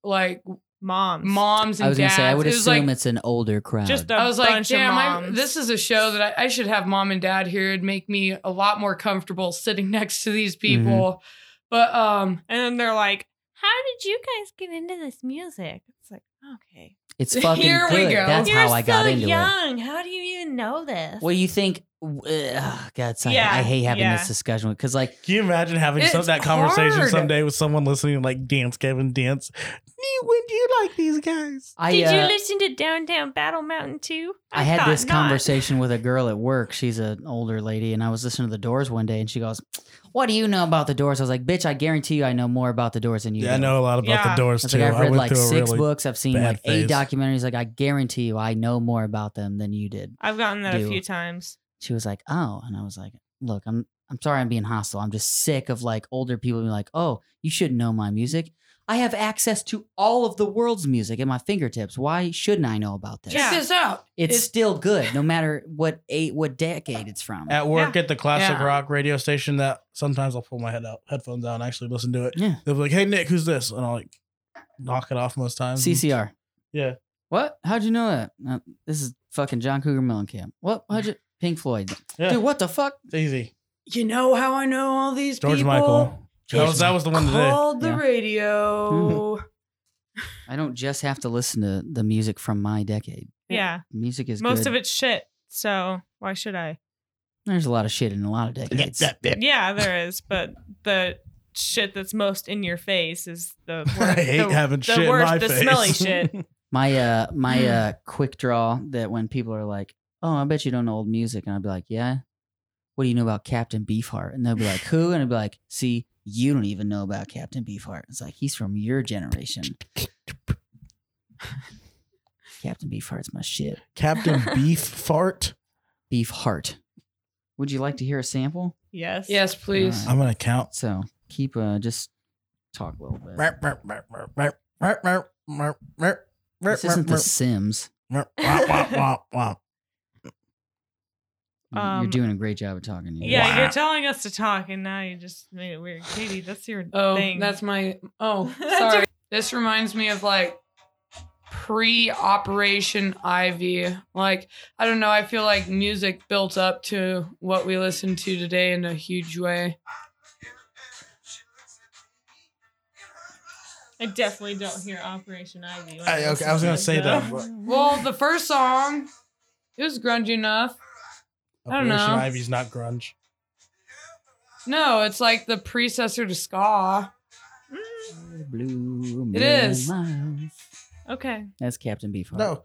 like
moms,
moms and
I was gonna
dads
say I would
it was like
assume it's an older crowd.
just a
I was like,
bunch of
damn, I,
moms.
this is a show that I, I should have mom and dad here. It'd make me a lot more comfortable sitting next to these
Mm-hmm.
people. But um,
and then they're like, how did you guys get into this music? It's like, okay,
it's fucking
Here we
good.
go.
That's
you're
how I got
so
into it.
young. How do you even know this?
Well, you think? Ugh, God, sorry,
Yeah,
I hate having
yeah.
this discussion because, like,
Can you imagine having some,
It's
that conversation
hard.
someday with someone listening like dance, Kevin, dance? Nee, When do you like these guys?
I
did
uh,
you listen to Downtown Battle Mountain too?
I had
thought
this
not.
conversation with a girl at work. She's an older lady, and I was listening to the Doors one day, and she goes, "What do you know about the Doors?" I was like, "Bitch, I guarantee you, I know more about the Doors than you."
Yeah, I
do."
know a lot about
Yeah.
the doors
It's
too.
like I've
I
read
went
like
through a
six
really-
books. I've seen
bad
like eight
phase.
documentaries. Like I guarantee you, I know more about them than you did.
I've gotten that
Do.
a few times.
She was like, "Oh," and I was like, "Look, I'm I'm sorry, I'm being hostile. I'm just sick of like older people being like, oh, you should know my music. I have access to all of the world's music at my fingertips. Why shouldn't I know about this?
check
Yeah.
this out.
It's,
It's-
still good, no matter what eight what decade it's from."
At work at the classic
Yeah.
rock radio station, that sometimes I'll pull my head out, headphones out, and actually listen to it.
yeah,
They'll be like, "Hey Nick, who's this?" And I'll like knock it off most times.
CCR.
Yeah.
What? How'd you know that? Uh, this is fucking John Cougar Mellencamp. What? How'd you? Pink Floyd.
Yeah.
Dude, what the fuck?
It's easy.
You know how I know all these
George
people?
Michael. That was, that was the one today.
Called the
Yeah.
Hmm.
radio.
I don't just have to listen to the music from my decade.
Yeah,
Music is
most
good.
of it's shit. So why should I?
There's a lot of shit in a lot of decades.
Yeah, there is, but the shit that's most in your face is the worst.
I hate
the,
having
the
shit in
worst,
my
the
face.
smelly shit.
my uh my uh quick draw that when people are like, "Oh, I bet you don't know old music," and I'd be like, "Yeah." What do you know about Captain Beefheart? And they'll be like, "Who?" And I'd be like, "See, you don't even know about Captain Beefheart." It's like he's from your generation. Captain Beefheart's my shit.
Captain Beef Fart.
Beefheart. Would you like to hear a sample?
Yes.
yes, please.
I'm gonna count.
So keep uh just talk a little bit. This isn't The Sims. You- You're
Um,
doing a great job of talking. you.
Yeah,
Wow.
you're telling us to talk, and now you just made it weird. Katie, that's your
Oh,
thing.
that's my. Oh, sorry. this reminds me of like pre-operation Ivy. Like I don't know. I feel like music built up to what we listen to today in a huge way.
I definitely don't hear Operation Ivy. when
I, okay, I was
listen
gonna
to
say
it,
that.
so-
but
Well, the first song, it was grungy enough. I don't
Operation
know.
Ivy's not grunge.
No, it's like the predecessor to ska.
Blue
It
moon
is.
lights.
Okay.
That's Captain Beefheart.
No,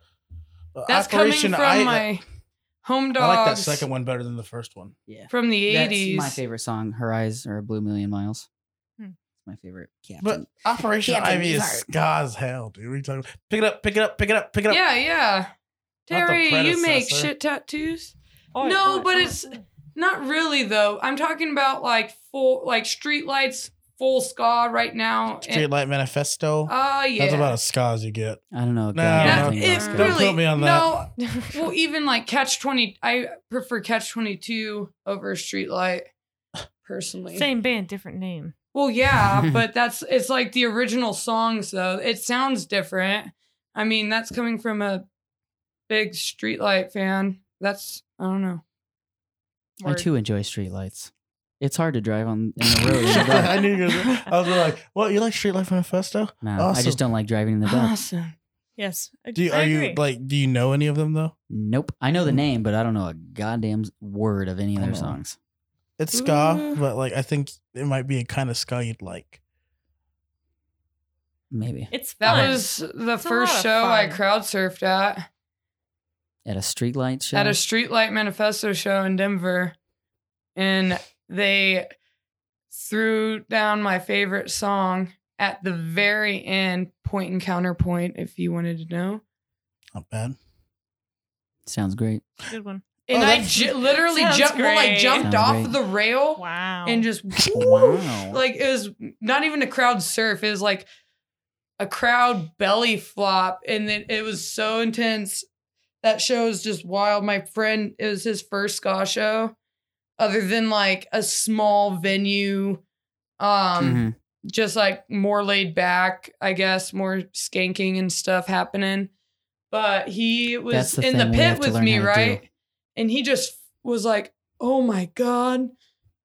Uh,
That's
Operation
coming from
I-
my home
I
dogs.
like that second one better than the first one.
Yeah.
from the
That's
eighties.
my favorite song. Her eyes are a blue million miles.
Hmm.
My favorite. Captain.
But Operation
Captain
Ivy is
Beefheart.
ska as hell, dude. What are you talking about? Pick it up, pick it up, pick it up, pick it up.
Yeah, yeah.
Not the
Terry, you make
predecessor.
shit tattoos.
Oi,
No,
oi,
but
oi,
it's-
oi.
Not really though. I'm talking about like full like street lights, full ska right now.
Streetlight Manifesto.
Oh yeah.
That's about as ska as you get.
I don't know.
No,
Now,
God,
no.
it's
Don't
put
really
me on that.
no. Well, even like Catch Twenty, I prefer Catch Twenty Two over Street Light, personally.
Same band, different name.
Well, yeah, but that's it's like the original songs though. It sounds different, I mean, that's coming from a big streetlight fan. That's I don't know.
I
Word.
too enjoy streetlights. It's hard to drive on in the road in the dark.
I knew you were gonna- I was like, "What? You like Street Life Manifesto?
No, I
Awesome.
just don't like driving in the dark.
Awesome.
Yes. I,
Do you,
I
are
agree.
you like? Do you know any of them though?
Nope. I know the name, but I don't know a goddamn word of any of their
Hmm. Oh.
songs.
It's ska,
Ooh.
but like I think it might be a kind of ska you'd like.
Maybe
it's
That
fun.
was the
It's a lot
first
of
show I
fun.
crowd surfed at
at a streetlight show.
at a streetlight manifesto show in Denver, and they threw down my favorite song at the very end, point and counterpoint. If you wanted to know,
Not bad.
Sounds great.
good one.
and
Oh,
I
that's-
ju- literally
Sounds
jumped, well, I
great.
jumped
Sounds
off
great.
the rail
Wow.
and just
Wow.
like it was not even a crowd surf. It was like a crowd belly flop, and then it was so intense. That show is just wild. My friend, it was his first ska show, other than like a small venue, um,
Mhm.
just like more laid back, I guess, more skanking and stuff happening. But he
That's
was
the
in the
thing we
pit
have to
with
learn
me,
how to do.
right? And he just was like, "Oh my god,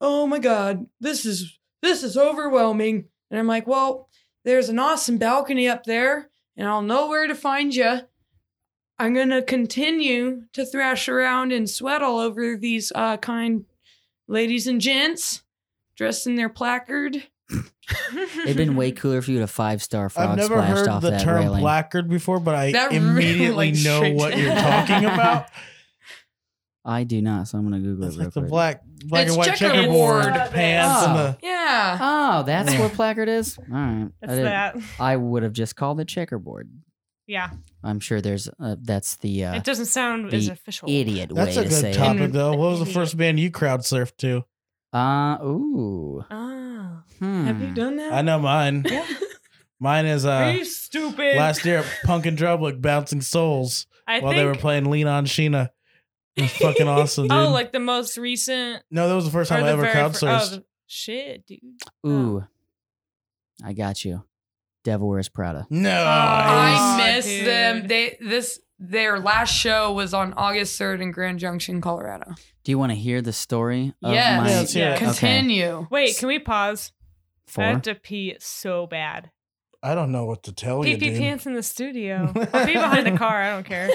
oh my god, this is this is overwhelming." And I'm like, "Well, there's an awesome balcony up there, and I'll know where to find you." I'm gonna continue to thrash around and sweat all over these uh, kind ladies and gents dressed in their placard.
It'd been way cooler for you to five star frog
I've never
splashed
heard
off
the
that
term
railing.
placard before, but I
That really,
immediately
like,
know
straight-
what you're talking about.
I do not, so I'm gonna Google
It's
it real
like the
quick.
black, black
It's
and white
checkerboard.
checkerboard, pants and the.
Yeah.
Oh, that's
Yeah.
what placard is. All right, I,
That's
didn't-
that.
I would have just called it checkerboard.
Yeah.
I'm sure there's. Uh, that's the uh,
It doesn't sound as
the
official.
idiot
That's
way
a
to
good
say
topic
And-
though. What was the first band you crowd surfed to?
it. Uh, ooh.
Oh.
Hmm.
Have you done that?
I know mine.
Yeah.
Mine is uh
you stupid?
last year at Punk and Drublick bouncing souls
I
while they were playing Lean on Sheena. It was fucking awesome, dude.
Oh, like the most recent.
no, that was the first time
or
I
the
ever
very
crowd
fir- oh,
surfed.
the- shit, dude.
Ooh. I got you. Devil Wears Prada.
no,
I
Oh,
miss
dude.
them. They this their last show was on August 3rd in Grand Junction, Colorado.
Do you want to hear the story
Oh,
of
Yes.
my
Yeah, let's hear it.
Okay.
Continue.
Wait, can we pause? I
four?
have to pee so bad.
I don't know what to tell
Pee
you,
pee
Oh, dude.
pants in the studio. I'll pee behind the car. I don't care.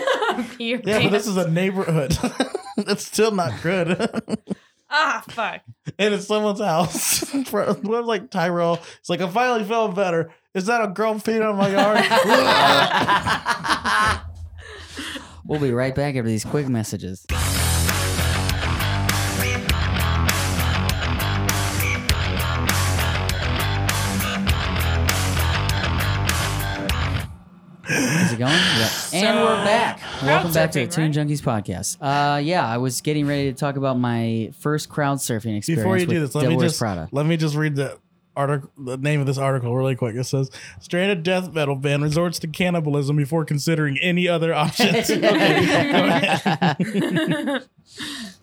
Your
Yeah, but
pants.
this is a neighborhood. That's still not good.
Ah, fuck.
and it's someone's house. Bro, what if, like Tyrell? It's like I finally felt better. Is that a girl peeing on my yard?
We'll be right back after these quick messages. Is it going? Yeah. and we're back. Welcome back to the
surfing,
Tune
right?
Junkies podcast. Uh, yeah, I was getting ready to talk about my first crowd surfing experience.
Before you do
with
this, let me
Devil Wears
just
Prada.
let me just read the article, the name of this article really quick. It says, "Stranded death metal band resorts to cannibalism before considering any other options." Okay, go ahead.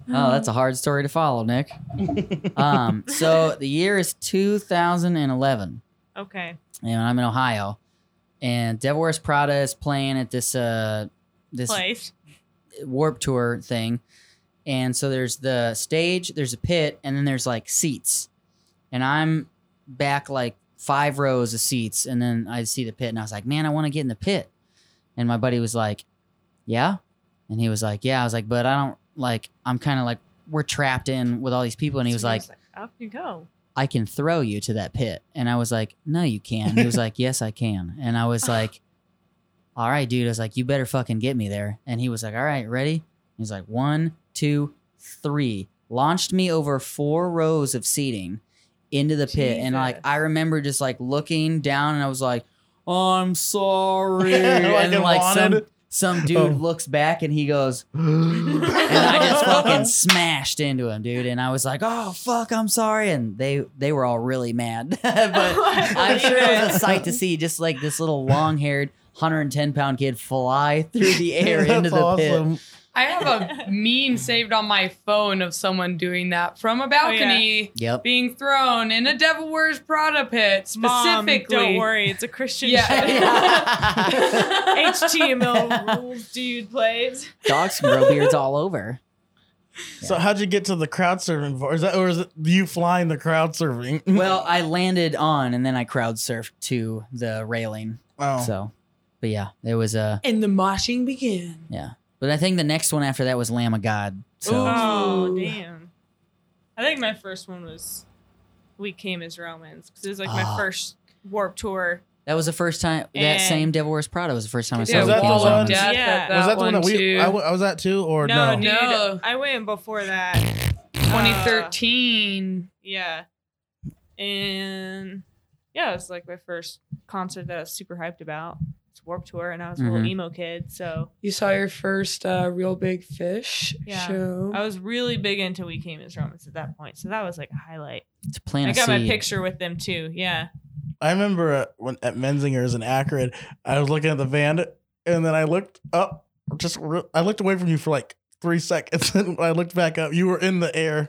Oh, that's a hard story to follow, Nick. um, so the year is 2011,
Okay.
and I'm in Ohio, and Devil Wears Prada is playing at this uh this
Place.
Warp Tour thing, and so there's the stage, there's a pit, and then there's like seats, and I'm back like five rows of seats, and then I see the pit, and I was like, man, I want to get in the pit, and my buddy was like, yeah, and he was like, yeah, I was like, but I don't like, I'm kind of like, we're trapped in with all these people, and he was like.
up you go.
I can throw you to that pit. And I was like, no, you can't. He was like, yes, I can. And I was like, all right, dude. I was like, you better fucking get me there. And he was like, all right, ready? He's like, one, two, three. Launched me over four rows of seating into the pit. And like,
Jesus.
I remember just like looking down and I was like, I'm sorry.
Like
and
it
then, like some,
wanted.
some dude
Oh.
looks back and he goes,
and
and I just fucking smashed into him, dude. And I was like, "Oh fuck, I'm sorry." And they they were all really mad, but I'm sure it was a sight to see. Just like this little long haired, 110 pound kid fly through the air into the pit.
I have a meme saved on my phone of someone doing that from a balcony,
Yep.
being thrown in a Devil Wears Prada pit
Mom,
specifically.
don't worry, it's a Christian
Yeah.
show.
Yeah.
HTML rules, dude. Plays.
Dogs can grow beards all over.
So how'd you get to the crowd serving for? Is that or is it you flying the crowd serving?
Mm-hmm.
Well, I landed on and then I crowd surfed to the railing.
oh,
So, but yeah, it was Uh,
And the moshing began.
yeah. But I think the next one after that was Lamb of God. So
Ooh.
Oh damn! I think my first one was we came as Romans because it was like
Ah.
my first warp tour.
that was the first time. That
And-
same Devil Wears Prada was the first time I saw
Yeah,
was
the
that the
Beatles
Wall of
albums.
Death.
Yeah.
at
Was
that,
was that the
one,
one that we
too.
I, wa- I was at too or
no,
no?
dude,
No.
I went before that. Uh,
2013.
Yeah, and yeah, it was like my first concert that I was super hyped about. It's warp tour, and I was a little
Mhm.
emo kid, so
you saw your first uh, real big fish
Yeah. Oh,
show.
I was really big into We Came as Romans at that point. So that was like a highlight.
To plant
I
a
got my
seed.
picture with them too. Yeah.
I remember uh, when at Menzinger's in Akron, I was looking at the van and then I looked up. Just re- I looked away from you for like three seconds, and when I looked back up, you were in the air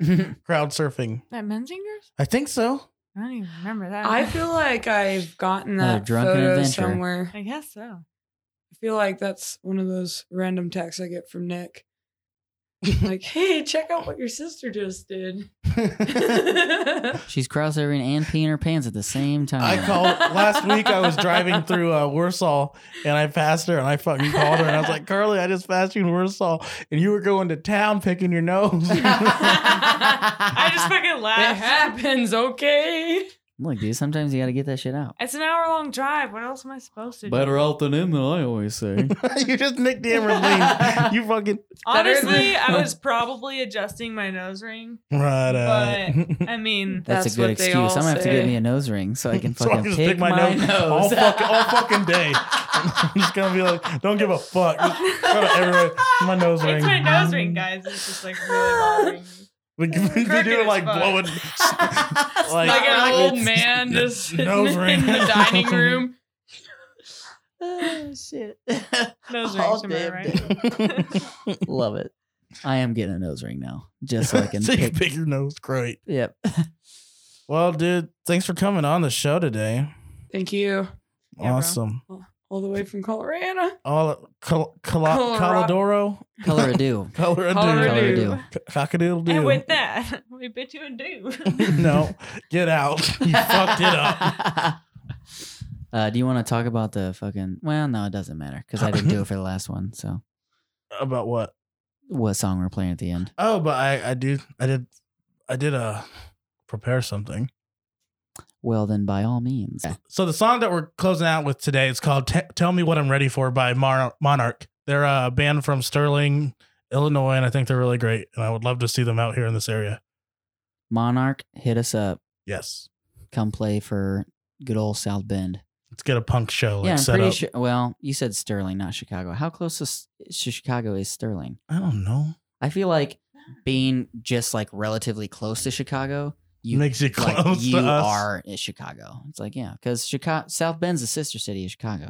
crowd surfing.
That Menzingers?
I think so.
I don't even remember that.
I feel like I've gotten
Another
that
drunken
photo
adventure.
somewhere.
I guess so.
I feel like that's one of those random texts I get from Nick. like, hey, check out what your sister just did.
She's crowd serving and peeing her pants at the same time.
I called last week. I was driving through uh, Warsaw and I passed her and I fucking called her and I was like, Carly, I just passed you in Warsaw and you were going to town picking your nose.
I just fucking
it
laughed.
happens, okay?
Look, dude, sometimes you got to get that shit out.
It's an hour long drive. What else am I supposed to do?
out than in, than I always say.
you just Nick Dammerling. You fucking
better than-
Honestly, I was probably adjusting my nose ring.
right. Uh,
I mean,
That's,
That's
a good
what they
excuse.
all
I'm gonna have to get
say.
me a nose ring so I can
So I
fucking
can just
pick,
pick my
my,
nose
nose.
all fucking all fucking day. I'm just gonna be like, don't give a fuck. Just throw it everywhere. My nose ring.
it's my nose ring, guys. It's just like really bothering me.
Like, they
Crooked
do it
as
like
fuck.
blowing.
Like,
like
an
it's-
old man just sitting
Nose ring.
in the dining room.
Oh, shit.
Nose
All
rings, am I
damn
right?
day. Love it. I am getting a nose ring now just so I can
so you
pick.
pick your nose. Great.
Yep.
Well, dude, thanks for coming on the show today.
Thank you.
Yeah, bro.
awesome.
All the way from Colorado.
All col- col- Colorado,
Colorado.
Color of dew.
Colorado,
Colorado.
Color
do.
of dew.
cockadiddle
And
do.
with that, we bid you adieu.
No, get out. You fucked it up.
Uh, do you want to talk about the fucking? Well, no, it doesn't matter because I didn't do it for the last one. So,
About what?
what song we're playing at the end?
Oh, but I, I do, I did, I did uh prepare something.
Well, then by all means,
So the song that we're closing out with today is called Te- "Tell Me What I'm Ready For" by Mar- Monarch. They're a band from Sterling, Illinois, and I think they're really great. And I would love to see them out here in this area.
Monarch, hit us up.
Yes,
Come play for good old South Bend.
let's get a punk show. Like,
yeah, I'm
set
pretty
up.
sure. Well, you said Sterling, not Chicago. How close is, to Chicago is Sterling?
I don't know.
I feel like being just like relatively close to Chicago, you
Makes you close
like you
to us.
are at Chicago. It's like yeah, because Chicago South Bend's a sister city of Chicago.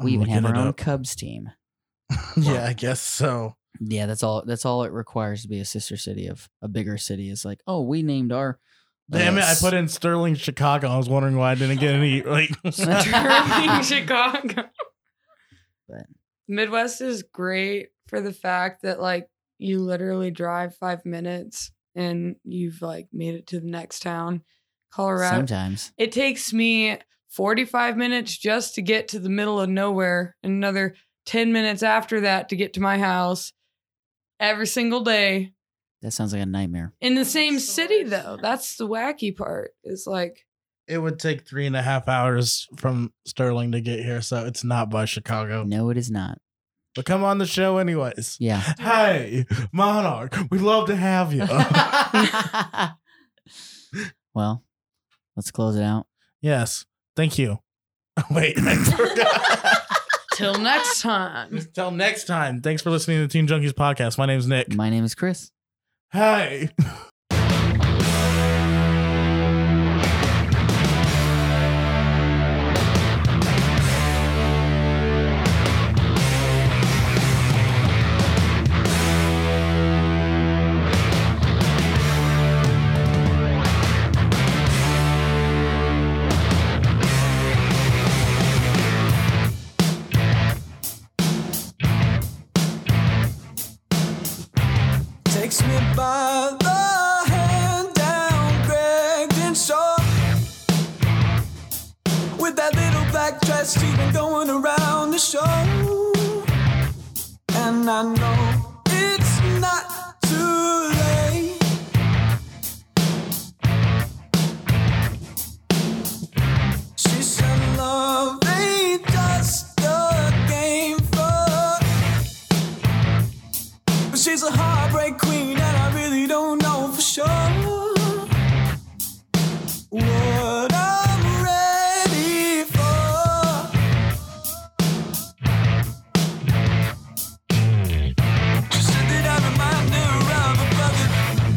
I'm
we even have
looking
our
it
own
up.
Cubs team.
yeah, I guess so.
Yeah, that's all. That's all it requires to be a sister city of a bigger city. Is like, oh, we named our.
Damn it! I put in Sterling, Chicago. I was wondering why I didn't get any. Like,
Turning Chicago.
But-
Midwest is great for the fact that like you literally drive five minutes and you've like made it to the next town. Colorado.
sometimes.
It takes me 45 minutes just to get to the middle of nowhere and another 10 minutes after that to get to my house every single day
That sounds like a nightmare.
in the same
That's the
city
worst.
though. That's the wacky part. It's like
it would take three and a half hours from Sterling to get here, so it's not by Chicago.
No, it is not.
But come on the show, anyways.
Yeah.
Hey, Monarch, we'd love to have you.
well, let's close it out.
yes, thank you. Wait, I forgot.
till next time.
Until next time, thanks for listening to the Teen Junkies podcast. My name's Nick.
My name is Chris.
Hey.
With that little black dress, she been going around the show. And I know it's not too late. She said, Love ain't just a game for but she's a heartbreak queen, and I really don't know for sure what I'm ready for. She said that I remind her of a brother,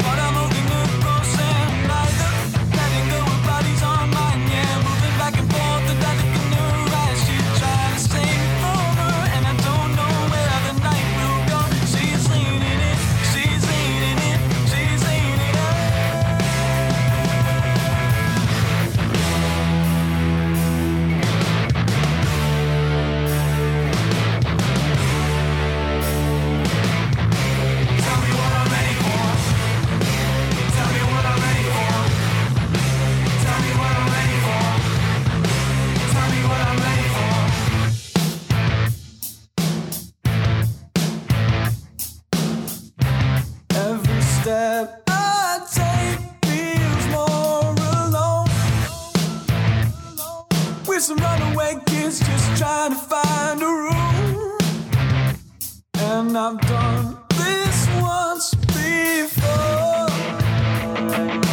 but I'm only nervous and neither. Letting go of bodies on mine, yeah, moving back and forth, and I look in her eyes. She tried to sing for her, and I don't know where the night will go. She's leaning in, she's leaning in, she's leaning in. Tell me what I'm ready for. Tell me what I'm ready for. Tell me what I'm ready for. Tell me what I'm ready for. Every step I take feels more alone. With some runaway kids just trying to find a room. And I've done this once before.